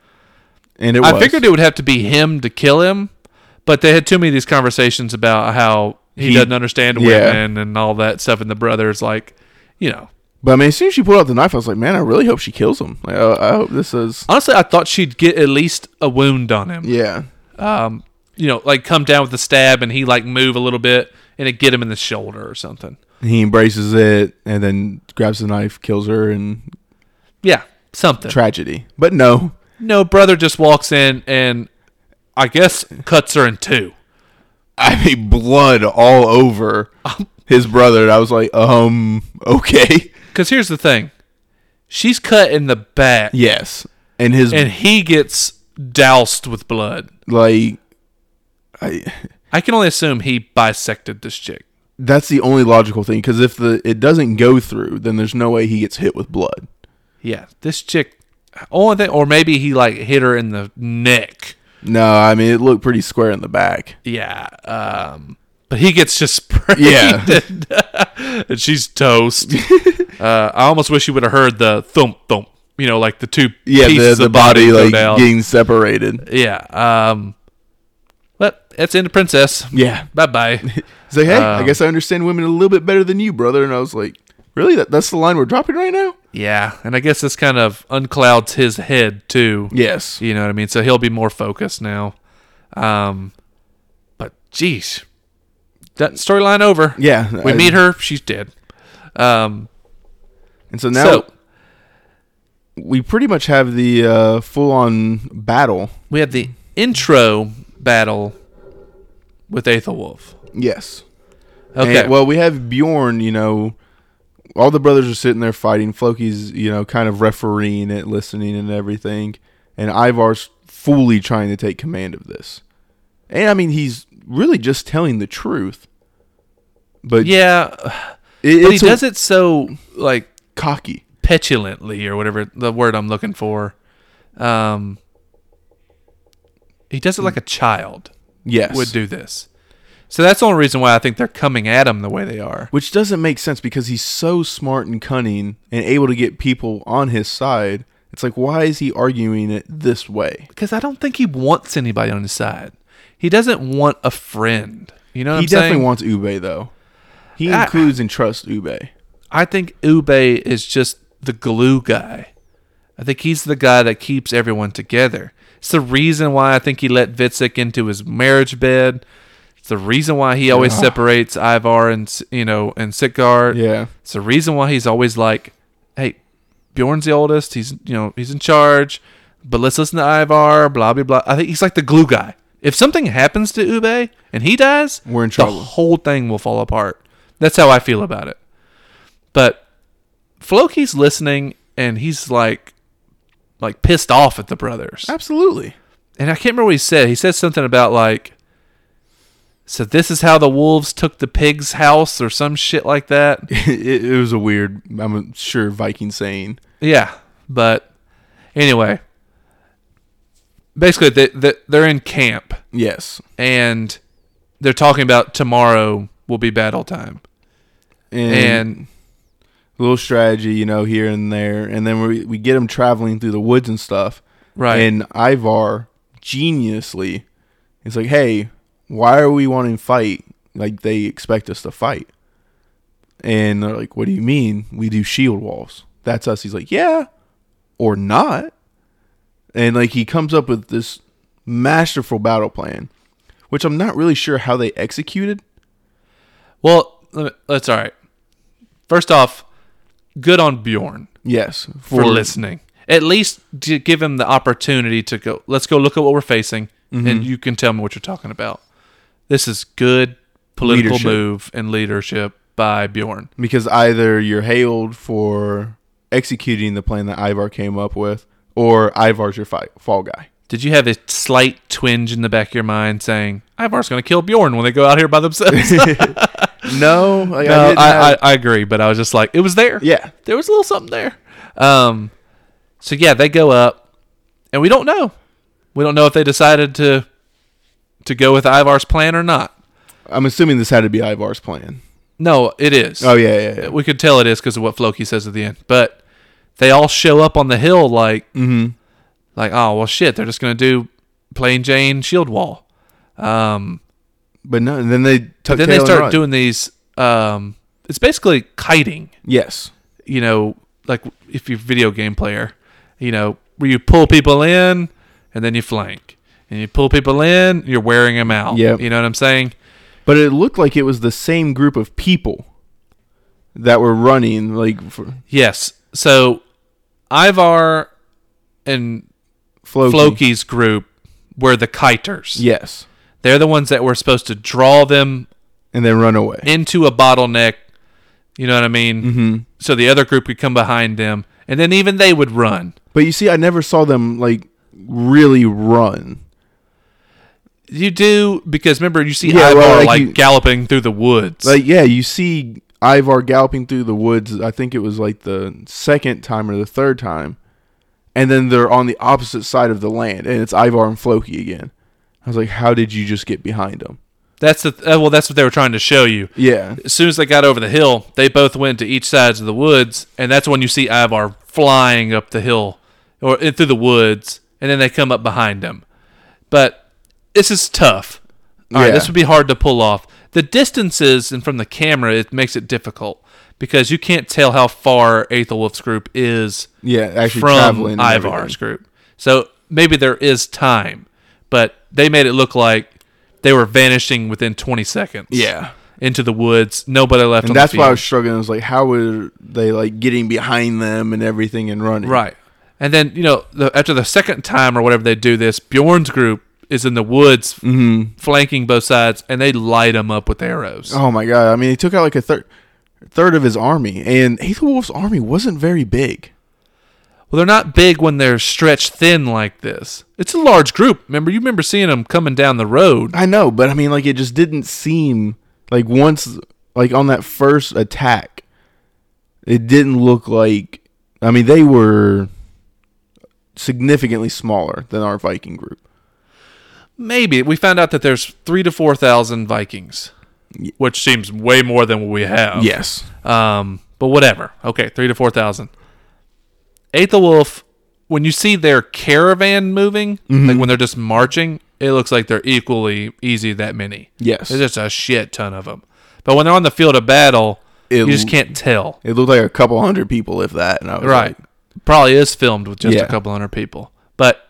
Speaker 1: And it
Speaker 2: I
Speaker 1: was.
Speaker 2: figured it would have to be him to kill him, but they had too many of these conversations about how he,
Speaker 1: He-
Speaker 2: doesn't understand
Speaker 1: yeah.
Speaker 2: women and all that stuff, and the brothers like, you know.
Speaker 1: But I mean, as soon as she pulled out the knife, I was like, man, I really hope she kills him. Like, oh, I hope this is.
Speaker 2: Honestly, I thought she'd get at least a wound on him.
Speaker 1: Yeah.
Speaker 2: um, you know, like come down with a stab and he like move a little bit and it get him in the shoulder or something.
Speaker 1: He embraces it and then grabs the knife, kills her, and
Speaker 2: Yeah, something.
Speaker 1: tragedy. But no,
Speaker 2: no, brother just walks in and I guess cuts her in two.
Speaker 1: I mean, blood all over his brother. And I was like, um, okay.
Speaker 2: Because here's the thing, she's cut in the back
Speaker 1: Yes. And his,
Speaker 2: and he gets doused with blood.
Speaker 1: like, I.
Speaker 2: I can only assume he bisected this chick.
Speaker 1: That's the only logical thing because if the it doesn't go through, then there's no way he gets hit with blood.
Speaker 2: Yeah, this chick. only thing, or maybe he like hit her in the neck.
Speaker 1: No, I mean it looked pretty square in the back.
Speaker 2: Yeah. Um, but he gets just sprayed.
Speaker 1: Yeah.
Speaker 2: And, and she's toast. uh, I almost wish you would have heard the thump thump. You know, like the two
Speaker 1: Yeah, the,
Speaker 2: pieces
Speaker 1: the
Speaker 2: of body,
Speaker 1: body
Speaker 2: go
Speaker 1: like
Speaker 2: down.
Speaker 1: getting separated.
Speaker 2: yeah. Um, but that's in the princess.
Speaker 1: Yeah,
Speaker 2: Bye bye.
Speaker 1: he's like, hey, I
Speaker 2: Um,
Speaker 1: guess I understand women a little bit better than you, brother. And I was like, really? That, that's the line we're dropping right now?
Speaker 2: yeah, and I guess this kind of unclouds his head too.
Speaker 1: Yes.
Speaker 2: You know what I mean? So he'll be more focused now. Um, but geez, that storyline over.
Speaker 1: Yeah,
Speaker 2: we
Speaker 1: I-
Speaker 2: meet her. She's dead. Um,
Speaker 1: And so now
Speaker 2: so
Speaker 1: we pretty much have the uh, full on battle.
Speaker 2: we have the intro battle with Aethelwolf.
Speaker 1: Yes.
Speaker 2: Okay.
Speaker 1: And- well, we have Bjorn, you know, all the brothers are sitting there fighting. Floki's, you know, kind of refereeing it, listening and everything. And Ivar's fully trying to take command of this. And I mean, he's really just telling the truth. But yeah,
Speaker 2: yeah,
Speaker 1: it,
Speaker 2: but
Speaker 1: it's
Speaker 2: he
Speaker 1: a-
Speaker 2: does it so like
Speaker 1: cocky.
Speaker 2: petulantly or whatever the word I'm looking for. Um, he does it like a child
Speaker 1: Yes.
Speaker 2: would do this. So that's the only reason why I think they're coming at him the way they are.
Speaker 1: Which doesn't make sense because he's so smart and cunning and able to get people on his side. It's like, why is he arguing it this way?
Speaker 2: because I don't think he wants anybody on his side. He doesn't want a friend. You know what
Speaker 1: he
Speaker 2: I'm
Speaker 1: definitely
Speaker 2: saying? Ah.
Speaker 1: wants Ube, though. He
Speaker 2: I-
Speaker 1: includes and trusts Ube.
Speaker 2: I think Ube is just the glue guy. I think he's the guy that keeps everyone together. It's the reason why I think he let Vitzik into his marriage bed. It's the reason why he always
Speaker 1: Ugh.
Speaker 2: separates Ivar and S- you know and Sitgar.
Speaker 1: Yeah.
Speaker 2: It's the reason why he's always like, "Hey, Bjorn's the oldest. He's you know he's in charge, but let's listen to Ivar." Blah blah blah. I think he's like the glue guy. If something happens to Ube and he dies,
Speaker 1: We're in
Speaker 2: The
Speaker 1: trouble.
Speaker 2: whole thing will fall apart. That's how I feel about it. But Floki's listening and he's like, like pissed off at the brothers.
Speaker 1: Absolutely.
Speaker 2: And I can't remember what he said. He said something about like, so this is how the wolves took the pig's house or some shit like that.
Speaker 1: it, it was a weird, I'm sure, Viking saying.
Speaker 2: Yeah, but anyway, basically they, they they're in camp
Speaker 1: Yes.
Speaker 2: and they're talking about tomorrow will be battle time,
Speaker 1: And,
Speaker 2: and
Speaker 1: a little strategy, you know, here and there. And then we, we get him traveling through the woods and stuff.
Speaker 2: right,
Speaker 1: And Ivar, geniusly, is like, hey, why are we wanting to fight like they expect us to fight? And they're like, what do you mean? We do shield walls. That's us. He's like, yeah, or not. And like he comes up with this masterful battle plan, which I'm not really sure how they executed.
Speaker 2: well, let me, that's all right. First off, good on Bjorn
Speaker 1: Yes,
Speaker 2: for, listening. At least to give him the opportunity to go. Let's go look at what we're facing,
Speaker 1: Mm-hmm.
Speaker 2: and you can tell me what you're talking about. This is good political
Speaker 1: Leadership.
Speaker 2: move and leadership by Bjorn.
Speaker 1: because either you're hailed for executing the plan that Ivar came up with, or Ivar's your fight, fall guy.
Speaker 2: Did you have a slight twinge in the back of your mind saying, Ivar's going to kill Bjorn when they go out here by themselves? no,
Speaker 1: No, like, I,
Speaker 2: I,
Speaker 1: didn't have-
Speaker 2: I, I agree, but I was just like, it was there.
Speaker 1: yeah,
Speaker 2: There was a little something there. Um, so, yeah, they go up, and we don't know. We don't know if they decided to to go with Ivar's plan or not.
Speaker 1: I'm assuming this had to be Ivar's plan.
Speaker 2: No, it is.
Speaker 1: Oh yeah, yeah, yeah.
Speaker 2: We could tell it is because of what Floki says at the end. But they all show up on the hill like,
Speaker 1: Mm-hmm.
Speaker 2: like oh, well, shit, they're just going to do plain Jane shield wall. Um,
Speaker 1: But no, and then they tuck tail
Speaker 2: then they
Speaker 1: and
Speaker 2: start
Speaker 1: run.
Speaker 2: doing these um it's basically kiting
Speaker 1: yes,
Speaker 2: you know like if you're a video game player you know where you pull people in and then you flank and you pull people in you're wearing them out
Speaker 1: Yep.
Speaker 2: you know what i'm saying
Speaker 1: but it looked like it was the same group of people that were running. Like for
Speaker 2: yes so ivar and
Speaker 1: Floki.
Speaker 2: floki's group were the kiters
Speaker 1: Yes,
Speaker 2: they're the ones that were supposed to draw them
Speaker 1: and then run away.
Speaker 2: into a bottleneck you know what i mean
Speaker 1: hmm
Speaker 2: so the other group could come behind them and then even they would run
Speaker 1: But you see, I never saw them like really run.
Speaker 2: You do because remember you see
Speaker 1: Yeah,
Speaker 2: Ivar
Speaker 1: well,
Speaker 2: like,
Speaker 1: like you-
Speaker 2: galloping through the woods.
Speaker 1: Like yeah, you see Ivar galloping through the woods. I think it was like the second time or the third time, and then they're on the opposite side of the land, and it's Ivar and Floki again. I was like, how did you just get behind them?
Speaker 2: That's the uh, well. That's what they were trying to show you.
Speaker 1: Yeah,
Speaker 2: As soon as they got over the hill, they both went to each sides of the woods, and that's when you see Ivar flying up the hill or in through the woods, and then they come up behind him. But this is tough. All right,
Speaker 1: Yeah.
Speaker 2: this would be hard to pull off. The distances and from the camera, it makes it difficult because you can't tell how far Aethelwulf's group is
Speaker 1: yeah, actually
Speaker 2: from
Speaker 1: traveling. and
Speaker 2: Ivar's
Speaker 1: everything.
Speaker 2: group. So maybe there is time, but they made it look like they were vanishing within 20 seconds.
Speaker 1: Yeah.
Speaker 2: Into the woods. Nobody left on
Speaker 1: And that's
Speaker 2: the
Speaker 1: why I
Speaker 2: field.
Speaker 1: was struggling. I was like, how were they like getting behind them and everything and running?
Speaker 2: Right. And then, you know, the, after the second time or whatever they do this, Bjorn's group is in the woods flanking both sides and they light them up with arrows.
Speaker 1: Mm-hmm. Oh my god! I mean, he took out like a third third of his army, and Aethelwulf's army wasn't very big.
Speaker 2: Well, they're not big when they're stretched thin like this. It's a large group. Remember, you remember seeing them coming down the road.
Speaker 1: I know, but I mean, like it just didn't seem like once, like on that first attack, it didn't look like. I mean, they were significantly smaller than our Viking group.
Speaker 2: Maybe we found out that there's three to four thousand Vikings, which seems way more than what we have.
Speaker 1: Yes,
Speaker 2: Um, but whatever. Okay, three to four thousand. Aethelwulf, when you see their caravan moving,
Speaker 1: Mm-hmm.
Speaker 2: like when they're just marching, it looks like they're equally easy that many.
Speaker 1: yes.
Speaker 2: There's just a shit ton of them. But when they're on the field of battle,
Speaker 1: It-
Speaker 2: you just can't tell.
Speaker 1: It looked like a couple hundred people, if that. And I was
Speaker 2: Right.
Speaker 1: like,
Speaker 2: Probably is filmed with just
Speaker 1: Yeah.
Speaker 2: a couple hundred people. But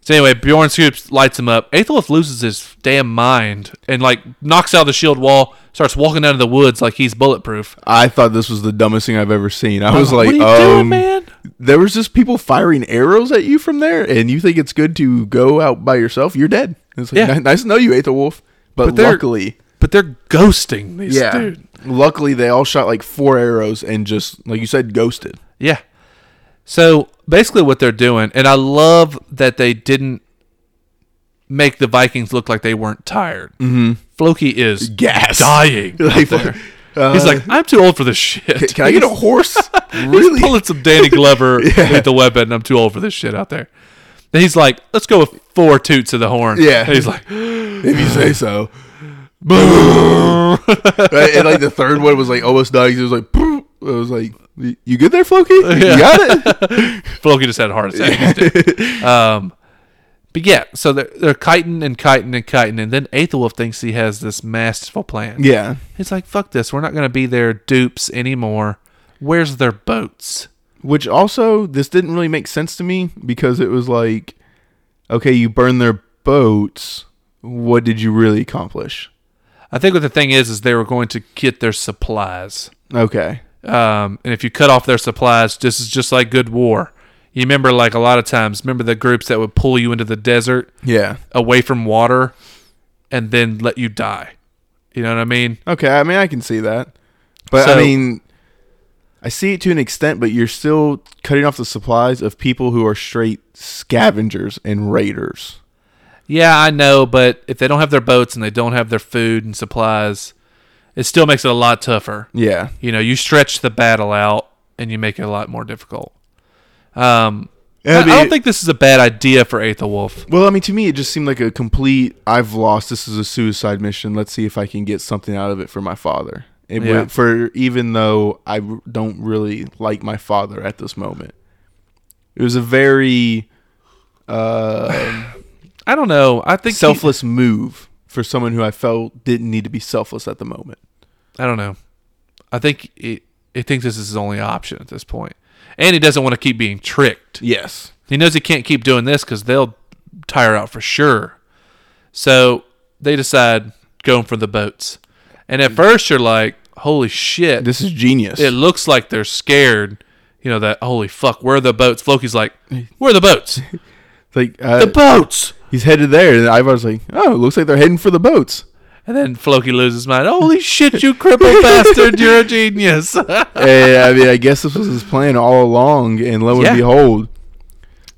Speaker 2: so anyway, Bjorn Scoops lights him up. Aethelwulf loses his damn mind and like knocks out the shield wall, starts walking out of the woods like he's bulletproof.
Speaker 1: I thought this was the dumbest thing I've ever seen. I was like,
Speaker 2: what are you doing,
Speaker 1: um,
Speaker 2: man?
Speaker 1: there was just people firing arrows at you from there, and you think it's good to go out by yourself? You're dead. It's like,
Speaker 2: Yeah.
Speaker 1: ni- nice to know you, Aethelwolf. But,
Speaker 2: But they're-
Speaker 1: luckily,
Speaker 2: But they're ghosting these
Speaker 1: yeah,
Speaker 2: dude.
Speaker 1: luckily they all shot like four arrows and just like you said, ghosted.
Speaker 2: Yeah. So basically what they're doing, and I love that they didn't make the Vikings look like they weren't tired. Mm-hmm. Floki is
Speaker 1: Gas.
Speaker 2: dying.
Speaker 1: Like,
Speaker 2: out there.
Speaker 1: uh,
Speaker 2: He's like, I'm too old for this shit.
Speaker 1: Can I get a horse? really?
Speaker 2: pulling some Danny Glover with the weapon. And I'm too old for this shit out there. Then he's like, let's go with four toots of the horn.
Speaker 1: Yeah.
Speaker 2: And he's like,
Speaker 1: if you say so. Right? And like the third one was like almost dying. It was like, "Poof." it was like, "You- you good there, Floki? You got it.
Speaker 2: Floki just had a heart attack. He's dead. um, but yeah, so they're, they're kiting and kiting and kiting. And then Aethelwolf thinks he has this masterful plan.
Speaker 1: Yeah,
Speaker 2: He's like, fuck this. We're not going to be their dupes anymore. Where's their boats?
Speaker 1: Which also, this didn't really make sense to me because it was like, okay, you burn their boats. What did you really accomplish?
Speaker 2: I think what the thing is, is they were going to get their supplies.
Speaker 1: Okay.
Speaker 2: um, and if you cut off their supplies, this is just like good war. You remember, like a lot of times, remember the groups that would pull you into the desert
Speaker 1: Yeah.
Speaker 2: away from water and then let you die. You know what I mean?
Speaker 1: Okay. I mean, I can see that. But
Speaker 2: So-
Speaker 1: I mean, I see it to an extent, but you're still cutting off the supplies of people who are straight scavengers and raiders.
Speaker 2: Yeah, I know, but if they don't have their boats and they don't have their food and supplies, it still makes it a lot tougher.
Speaker 1: Yeah.
Speaker 2: You know, you stretch the battle out and you make it a lot more difficult. Um, I,
Speaker 1: I mean,
Speaker 2: I don't think this is a bad idea for Aethelwulf.
Speaker 1: Well, I mean, to me, it just seemed like a complete. I've lost. This is a suicide mission. Let's see if I can get something out of it for my father. It
Speaker 2: Yeah.
Speaker 1: would- for even though I r- don't really like my father at this moment, it was a very uh,
Speaker 2: I don't know. I think he-
Speaker 1: selfless move for someone who I felt didn't need to be selfless at the moment.
Speaker 2: I don't know. I think he, he thinks this is his only option at this point, and he doesn't want to keep being tricked.
Speaker 1: Yes.
Speaker 2: He knows he can't keep doing this because they'll tire out for sure. So they decide going for the boats, and at first you're like, "Holy shit!"
Speaker 1: This is genius.
Speaker 2: it looks like they're scared. You know that? Holy fuck! Where are the boats? Floki's like, "Where are the boats?
Speaker 1: like uh,
Speaker 2: The boats!"
Speaker 1: he's headed there, and Ivar's like, "Oh, it looks like they're heading for the boats."
Speaker 2: And then Floki loses his mind. Holy shit! You crippled bastard! You're a genius.
Speaker 1: Eh, I mean, I guess this was his plan all along, and lo and
Speaker 2: Yeah.
Speaker 1: behold,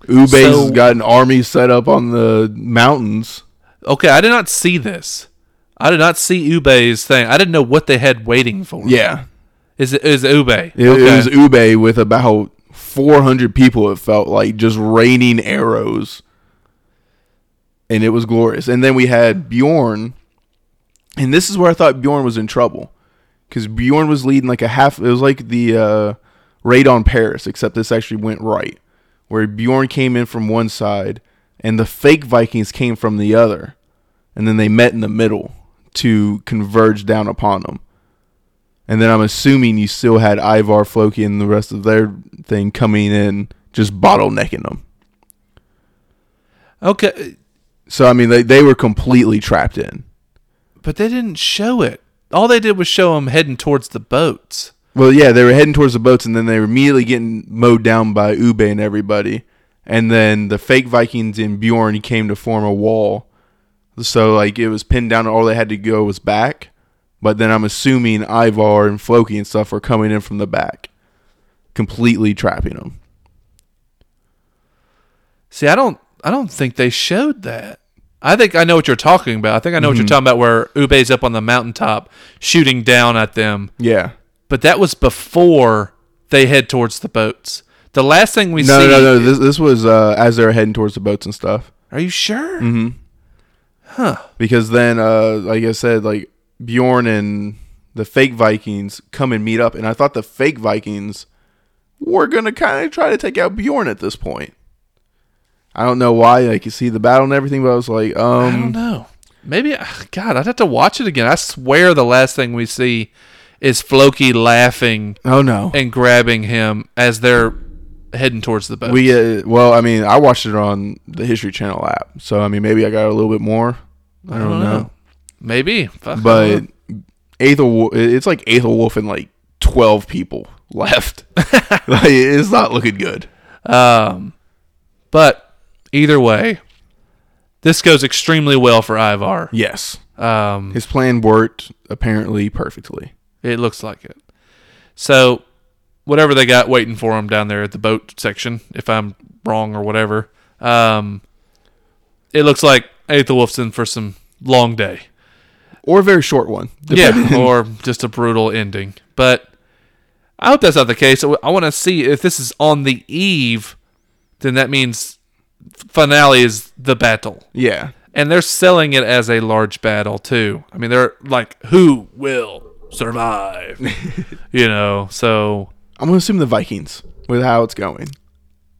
Speaker 1: Ube's
Speaker 2: So-
Speaker 1: has got an army set up on the mountains.
Speaker 2: Okay, I did not see this. I did not see Ube's thing. I didn't know what they had waiting for.
Speaker 1: Yeah,
Speaker 2: Is it is Ube?
Speaker 1: it, it
Speaker 2: okay.
Speaker 1: was Ube with about 400 people, it felt like, just raining arrows. And it was glorious. And then we had Bjorn. And this is where I thought Bjorn was in trouble. Because Bjorn was leading like a half. It was like the uh, raid on Paris, except this actually went right. Where Bjorn came in from one side and the fake Vikings came from the other. And then they met in the middle to converge down upon them. And then I'm assuming you still had Ivar, Floki, and the rest of their thing coming in, just bottlenecking them.
Speaker 2: Okay,
Speaker 1: So, I mean, they, they were completely trapped in.
Speaker 2: but they didn't show it. All they did was show them heading towards the boats.
Speaker 1: Well, yeah, they were heading towards the boats, and then they were immediately getting mowed down by Ube and everybody. And then the fake Vikings and Bjorn came to form a wall. So, like, it was pinned down, and all they had to go was back. But then I'm assuming Ivar and Floki and stuff were coming in from the back, completely trapping them.
Speaker 2: See, I don't, I don't think they showed that. I think I know what you're talking about. I think I know what
Speaker 1: Mm-hmm.
Speaker 2: you're talking about, where Ube's up on the mountaintop shooting down at them.
Speaker 1: Yeah.
Speaker 2: But that was before they head towards the boats. The last thing we
Speaker 1: No,
Speaker 2: see.
Speaker 1: no, no. This this was uh, as they were heading towards the boats and stuff.
Speaker 2: Are you sure?
Speaker 1: Mm-hmm.
Speaker 2: Huh.
Speaker 1: Because then, uh, like I said, like Bjorn and the fake Vikings come and meet up, and I thought the fake Vikings were gonna kind of try to take out Bjorn at this point. I don't know why. Like you see the battle and everything, but I was like,
Speaker 2: I don't
Speaker 1: um,
Speaker 2: know. Maybe ugh, God, I'd have to watch it again. I swear, the last thing we see is Floki laughing
Speaker 1: oh no.
Speaker 2: and grabbing him as they're heading towards the boat.
Speaker 1: We uh, well, I mean, I watched it on the History Channel app, so I mean, maybe I got a little bit more. I don't, know.
Speaker 2: Maybe, Fuck, I don't
Speaker 1: but
Speaker 2: know.
Speaker 1: Aether, it's like Aether Wolf and like twelve people left. like, it's not looking good.
Speaker 2: um, but either way, this goes extremely well for Ivar.
Speaker 1: Yes,
Speaker 2: Um,
Speaker 1: his plan worked apparently perfectly.
Speaker 2: it looks like it. So, whatever they got waiting for him down there at the boat section, if I'm wrong or whatever, um, it looks like Aethelwulf's in for some long day.
Speaker 1: Or a very short one.
Speaker 2: yeah, or just a brutal ending. But I hope that's not the case. I want to see if this is on the eve, then that means finale is the battle.
Speaker 1: Yeah.
Speaker 2: And they're selling it as a large battle, too. I mean, they're like, who will survive? you know, so.
Speaker 1: I'm gonna assume the Vikings with how it's going.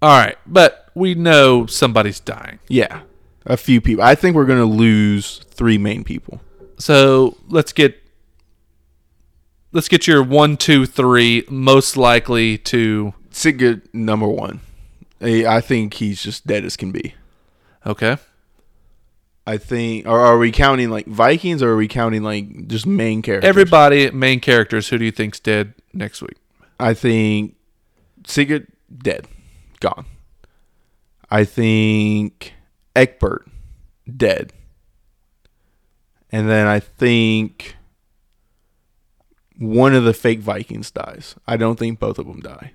Speaker 2: All right, but we know somebody's dying.
Speaker 1: Yeah, a few people. I think we're gonna lose three main people.
Speaker 2: So let's get let's get your one, two, three most likely to
Speaker 1: Sigurd number one. I I think he's just dead as can be.
Speaker 2: okay.
Speaker 1: I think. Or are we counting like Vikings, or are we counting like just main characters?
Speaker 2: Everybody, main characters, who do you think's dead next week?
Speaker 1: I think Sigurd dead, gone. I think Egbert dead, and then I think one of the fake Vikings dies. I don't think both of them die.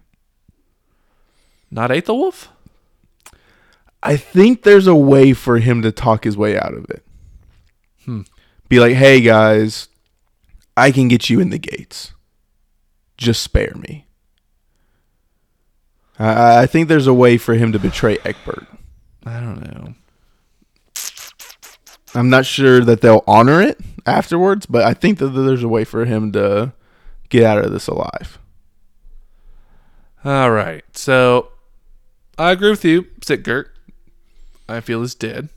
Speaker 2: Not Aethelwulf?
Speaker 1: I think there's a way for him to talk his way out of it.
Speaker 2: Hmm.
Speaker 1: Be like, hey guys, I can get you in the gates. Just spare me. I- I, I think there's a way for him to betray Egbert.
Speaker 2: I don't know.
Speaker 1: I'm not sure that they'll honor it afterwards, but I think that there's a way for him to get out of this alive.
Speaker 2: All right, so I agree with you. Sitgert, I feel is dead.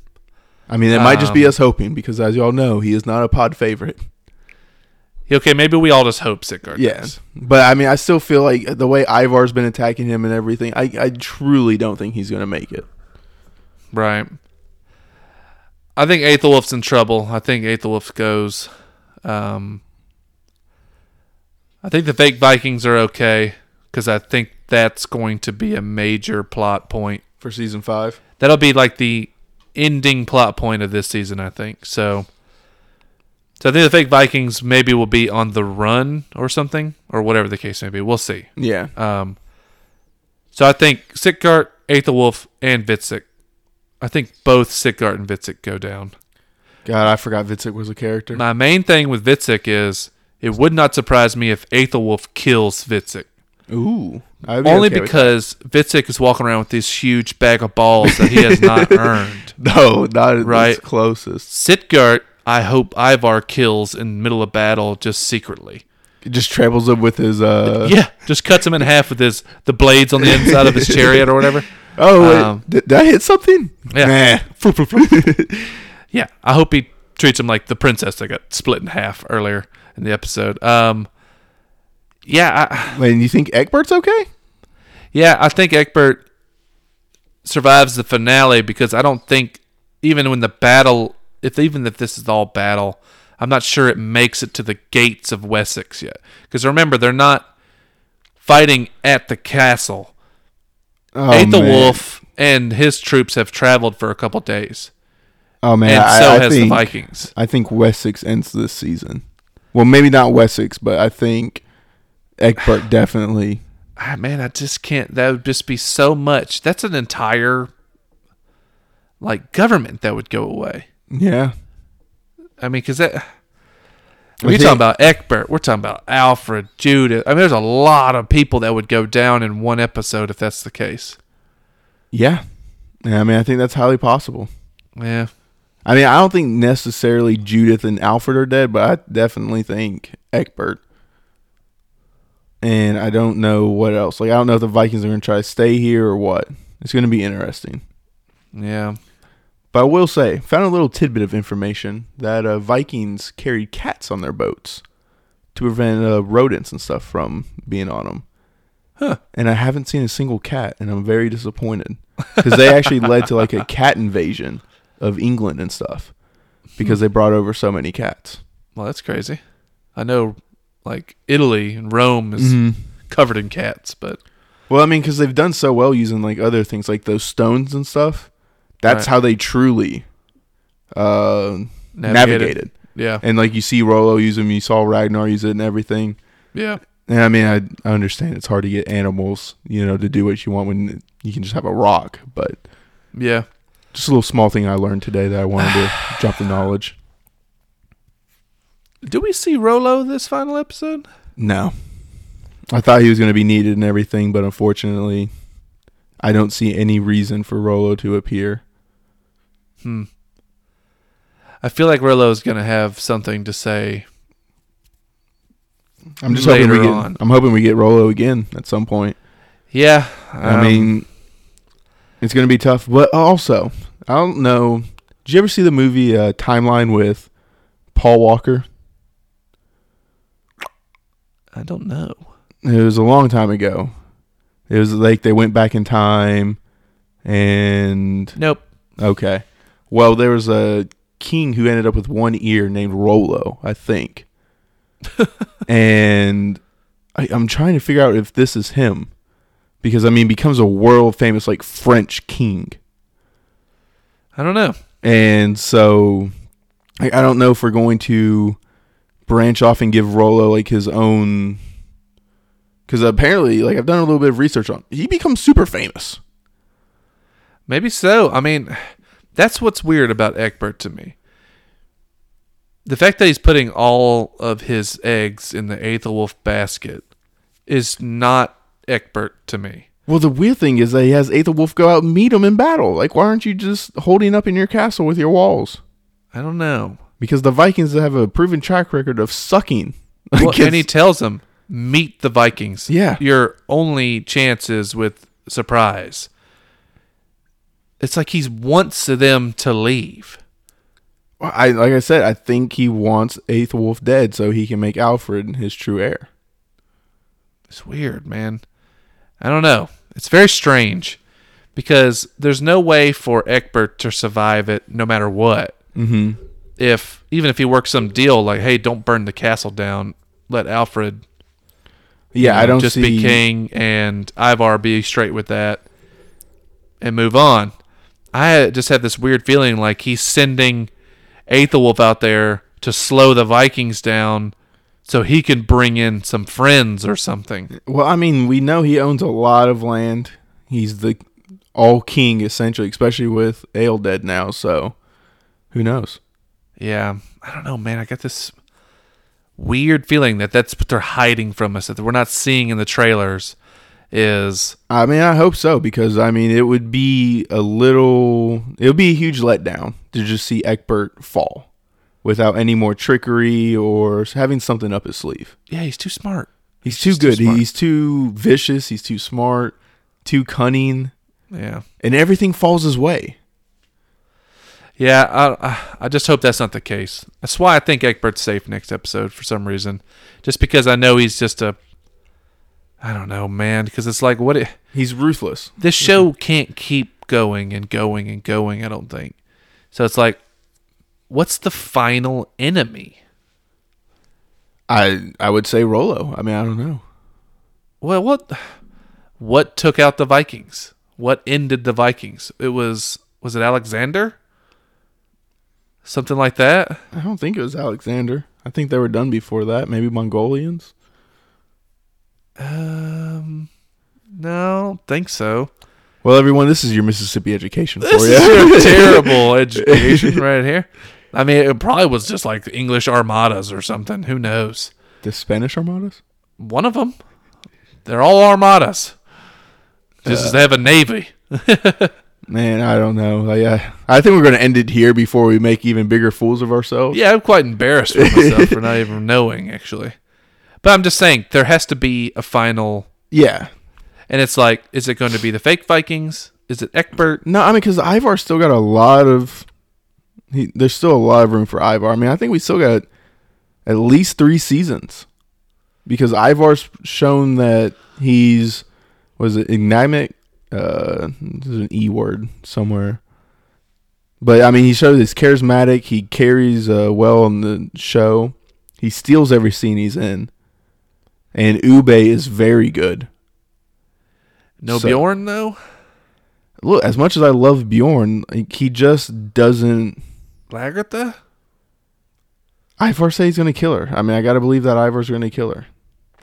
Speaker 1: I mean, it might just be
Speaker 2: Um,
Speaker 1: us hoping because, as y'all know, he is not a pod favorite.
Speaker 2: Okay, maybe we all just hope Sitgert.
Speaker 1: Yes, but I mean, I still feel like the way Ivar's been attacking him and everything, I, I truly don't think he's gonna make it.
Speaker 2: right. I think Aethelwulf's in trouble. I think Aethelwulf goes. Um, I think the fake Vikings are okay because I think that's going to be a major plot point
Speaker 1: for season five.
Speaker 2: that'll be like the ending plot point of this season, I think. So, so I think the fake Vikings maybe will be on the run or something, or whatever the case may be. We'll see.
Speaker 1: Yeah,
Speaker 2: Um, so I think Sitkart, Aethelwulf, and Vitzik. I think both Sitkart and Vitzik go down.
Speaker 1: God, I forgot Vitzik was a character.
Speaker 2: My main thing with Vitzik is it would not surprise me if Aethelwulf kills Vitzik.
Speaker 1: Ooh. I'd be
Speaker 2: Only
Speaker 1: okay with
Speaker 2: because Vitzik is walking around with this huge bag of balls that he has not earned.
Speaker 1: that. No, not at
Speaker 2: Right.
Speaker 1: right. closest.
Speaker 2: Sitgart, I hope Ivar kills in the middle of battle just secretly.
Speaker 1: It just travels up with his uh
Speaker 2: yeah, just cuts him in half with his the blades on the inside of his chariot or whatever.
Speaker 1: Oh wait,
Speaker 2: Um,
Speaker 1: did, did I hit something?
Speaker 2: Yeah.
Speaker 1: Nah.
Speaker 2: Floop, floop, floop. yeah, I hope he treats him like the princess that got split in half earlier in the episode. Um, yeah, I,
Speaker 1: Wait, and you think Egbert's okay?
Speaker 2: yeah, I think Egbert survives the finale because I don't think even when the battle, if even if this is all battle, I'm not sure it makes it to the gates of Wessex yet. Because remember, they're not fighting at the castle.
Speaker 1: Oh,
Speaker 2: Aethelwulf
Speaker 1: man.
Speaker 2: Wolf and his troops have traveled for a couple days,
Speaker 1: Oh man,
Speaker 2: and
Speaker 1: I,
Speaker 2: so
Speaker 1: I
Speaker 2: has
Speaker 1: think,
Speaker 2: the Vikings.
Speaker 1: I think Wessex ends this season. Well, maybe not Wessex, but I think Egbert definitely.
Speaker 2: Ah, man, I just can't. That would just be so much. That's an entire like government that would go away.
Speaker 1: Yeah.
Speaker 2: I mean, because that
Speaker 1: I
Speaker 2: we're talking
Speaker 1: think-
Speaker 2: about Eckbert, we're talking about Alfred, Judith. I mean, there's a lot of people that would go down in one episode if that's the case.
Speaker 1: Yeah. Yeah, I mean, I think that's highly possible.
Speaker 2: Yeah,
Speaker 1: I mean, I don't think necessarily Judith and Alfred are dead, but I definitely think Egbert. And I don't know what else. Like, I don't know if the Vikings are going to try to stay here or what. It's going to be interesting.
Speaker 2: yeah.
Speaker 1: But I will say, found a little tidbit of information that uh, Vikings carried cats on their boats to prevent uh, rodents and stuff from being on them.
Speaker 2: Huh.
Speaker 1: And I haven't seen a single cat, and I'm very disappointed because they actually led to like a cat invasion of England and stuff because they brought over so many cats.
Speaker 2: Well, that's crazy. I know, like Italy and Rome is
Speaker 1: Mm-hmm.
Speaker 2: covered in cats, but
Speaker 1: Well, I mean, because they've done so well using like other things, like those stones and stuff. That's
Speaker 2: Right.
Speaker 1: how they truly uh, navigated.
Speaker 2: Yeah,
Speaker 1: and like you see Rolo use them, you saw Ragnar use it and everything.
Speaker 2: yeah.
Speaker 1: And I mean, I, I understand it's hard to get animals, you know, to do what you want when you can just have a rock. But
Speaker 2: Yeah.
Speaker 1: just a little small thing I learned today that I wanted to drop the knowledge.
Speaker 2: Do we see Rolo this final episode?
Speaker 1: No, I thought he was going to be needed and everything, but unfortunately, I don't see any reason for Rolo to appear.
Speaker 2: Hmm. I feel like Rolo's gonna have something to say.
Speaker 1: I'm just hoping we
Speaker 2: Later
Speaker 1: get.
Speaker 2: on.
Speaker 1: I'm hoping we get Rolo again at some point.
Speaker 2: Yeah,
Speaker 1: I
Speaker 2: um,
Speaker 1: mean, it's going to be tough. But also, I don't know. Did you ever see the movie uh, Timeline with Paul Walker?
Speaker 2: I don't know.
Speaker 1: It was a long time ago. It was like they went back in time, and
Speaker 2: Nope.
Speaker 1: okay. Well, there was a king who ended up with one ear named Rolo, I think. and I, I'm trying to figure out if this is him, because I mean, becomes a world famous like French king.
Speaker 2: I don't know.
Speaker 1: And so I, I don't know if we're going to branch off and give Rolo like his own because apparently like I've done a little bit of research on he becomes super famous.
Speaker 2: Maybe so. I mean, that's what's weird about Egbert to me. The fact that he's putting all of his eggs in the Aethelwolf basket is not Egbert to me.
Speaker 1: Well, the weird thing is that he has Aethelwulf go out and meet him in battle. Like, why aren't you just holding up in your castle with your walls?
Speaker 2: I don't know.
Speaker 1: Because the Vikings have a proven track record of sucking.
Speaker 2: Well,
Speaker 1: against-
Speaker 2: and he tells him, meet the Vikings.
Speaker 1: Yeah.
Speaker 2: Your only chance is with surprise. It's like he wants them to leave.
Speaker 1: I like I said, I think he wants Aethelwulf dead so he can make Alfred his true heir.
Speaker 2: It's weird, man. I don't know. It's very strange because there's no way for Egbert to survive it no matter what.
Speaker 1: Mm-hmm.
Speaker 2: If even if he works some deal like, hey, don't burn the castle down, let Alfred you
Speaker 1: Yeah,
Speaker 2: know,
Speaker 1: I don't
Speaker 2: just
Speaker 1: see
Speaker 2: be king and Ivar be straight with that and move on. I just have this weird feeling like he's sending Aethelwulf out there to slow the Vikings down so he can bring in some friends or something.
Speaker 1: Well, I mean, we know he owns a lot of land. He's the all king essentially, especially with Ale dead now. So, who knows?
Speaker 2: Yeah, I don't know, man. I got this weird feeling that that's what they're hiding from us, that we're not seeing in the trailers. is
Speaker 1: I mean, I hope so because I mean, it would be a little, it would be a huge letdown to just see Eckbert fall without any more trickery or having something up his sleeve.
Speaker 2: yeah, he's too smart.
Speaker 1: He's,
Speaker 2: He's
Speaker 1: too
Speaker 2: too
Speaker 1: good.
Speaker 2: smart.
Speaker 1: he's too vicious. He's too smart. Too cunning,
Speaker 2: Yeah,
Speaker 1: and everything falls his way.
Speaker 2: yeah. I- I I just hope that's not the case. That's why I think Egbert's safe next episode for some reason, just because I know he's just a. I don't know, man. Because it's like what it,
Speaker 1: He's ruthless.
Speaker 2: this show can't keep going and going and going. I don't think. So it's like, what's the final enemy?
Speaker 1: I I would say Rolo. I mean, I don't know.
Speaker 2: Well, what what took out the Vikings? What ended the Vikings? It was was it Alexander? Something like that.
Speaker 1: I don't think it was Alexander. I think they were done before that. Maybe Mongolians.
Speaker 2: Um, no, I don't think so.
Speaker 1: Well, everyone, this is your Mississippi education
Speaker 2: This
Speaker 1: for
Speaker 2: is
Speaker 1: you.
Speaker 2: your terrible education right here. I mean, it probably was just like English armadas or something. Who knows?
Speaker 1: the Spanish armadas.
Speaker 2: One of them. They're all armadas. Just as they have a navy.
Speaker 1: Man, I don't know. Like, I, I think we're going to end it here before we make even bigger fools of ourselves.
Speaker 2: Yeah, I'm quite embarrassed for myself for not even knowing, actually. But I'm just saying, there has to be a final.
Speaker 1: Yeah.
Speaker 2: And it's like, is it going to be the fake Vikings? Is it Eckbert?
Speaker 1: No, I mean, because Ivar's still got a lot of. He, there's still a lot of room for Ivar. I mean, I think we still got at least three seasons because Ivar's shown that he's was it ignamic? Uh, there's an e word somewhere. But I mean, he shows he's charismatic. He carries uh, well on the show. He steals every scene he's in, and Ube is very good.
Speaker 2: No
Speaker 1: So-
Speaker 2: Bjorn, though?
Speaker 1: Look, as much as I love Bjorn, like, he just doesn't.
Speaker 2: Lagertha?
Speaker 1: Ivar say he's gonna kill her. I mean, I gotta believe that Ivar's gonna kill her.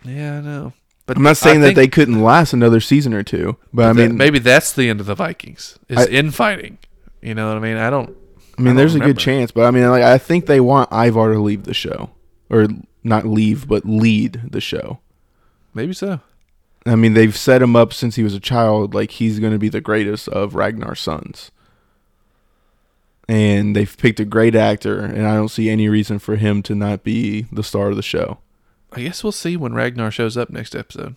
Speaker 2: Yeah, I know. But
Speaker 1: I'm not saying
Speaker 2: I
Speaker 1: that
Speaker 2: think
Speaker 1: they couldn't last another season or two, but I
Speaker 2: that
Speaker 1: mean,
Speaker 2: maybe that's the end of the Vikings is
Speaker 1: I-
Speaker 2: infighting. You know what I mean? I don't.
Speaker 1: I mean,
Speaker 2: don't
Speaker 1: there's a
Speaker 2: remember.
Speaker 1: good chance. But I mean, like, I think they want Ivar to leave the show, or not leave, but lead the show.
Speaker 2: Maybe so.
Speaker 1: I mean, they've set him up since he was a child, like he's gonna be the greatest of Ragnar's sons. And they've picked a great actor, and I don't see any reason for him to not be the star of the show.
Speaker 2: I guess we'll see when Ragnar shows up next episode.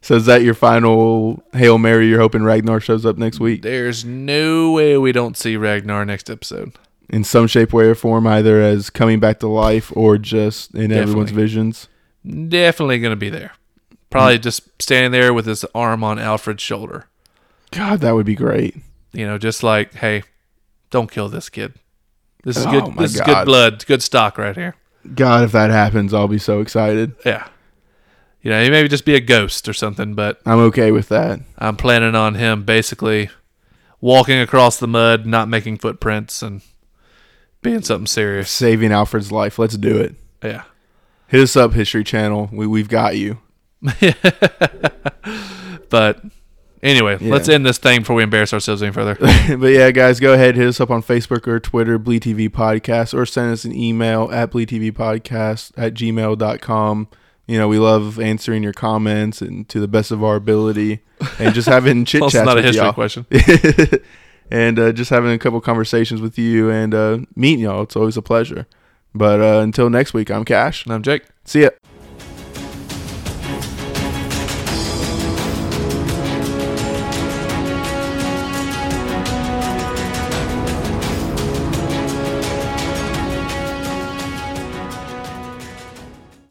Speaker 1: So is that your final hail mary? You're hoping Ragnar shows up next week?
Speaker 2: There's no way we don't see Ragnar next episode.
Speaker 1: in some shape, way, or form, either as coming back to life or just in everyone's
Speaker 2: Definitely.
Speaker 1: visions.
Speaker 2: Definitely going to be there.
Speaker 1: Mm.
Speaker 2: Probably just standing there with his arm on Alfred's shoulder.
Speaker 1: God, that would be great.
Speaker 2: you know, just like, hey, don't kill this kid. This is
Speaker 1: Oh,
Speaker 2: good.
Speaker 1: my
Speaker 2: This is
Speaker 1: God.
Speaker 2: good blood. Good stock right here.
Speaker 1: God, if that happens, I'll be so excited.
Speaker 2: Yeah. You know, he maybe just be a ghost or something, but
Speaker 1: I'm okay with that.
Speaker 2: I'm planning on him basically walking across the mud, not making footprints, and being something serious.
Speaker 1: Saving Alfred's life. Let's do it.
Speaker 2: Yeah.
Speaker 1: Hit us up, History Channel. We we've got you.
Speaker 2: But anyway,
Speaker 1: Yeah.
Speaker 2: let's end this thing before we embarrass ourselves any further.
Speaker 1: but yeah, guys, go ahead, hit us up on Facebook or Twitter, Bleed TV Podcast, or send us an email at Podcast at gmail.com. You know, we love answering your comments and to the best of our ability and just having chit
Speaker 2: Plus,
Speaker 1: chats.
Speaker 2: it's not a
Speaker 1: with
Speaker 2: history
Speaker 1: y'all.
Speaker 2: question.
Speaker 1: and uh, just having a couple conversations with you and uh, meeting y'all. It's always a pleasure. But uh, until next week, I'm Cash.
Speaker 2: And I'm Jake.
Speaker 1: See ya.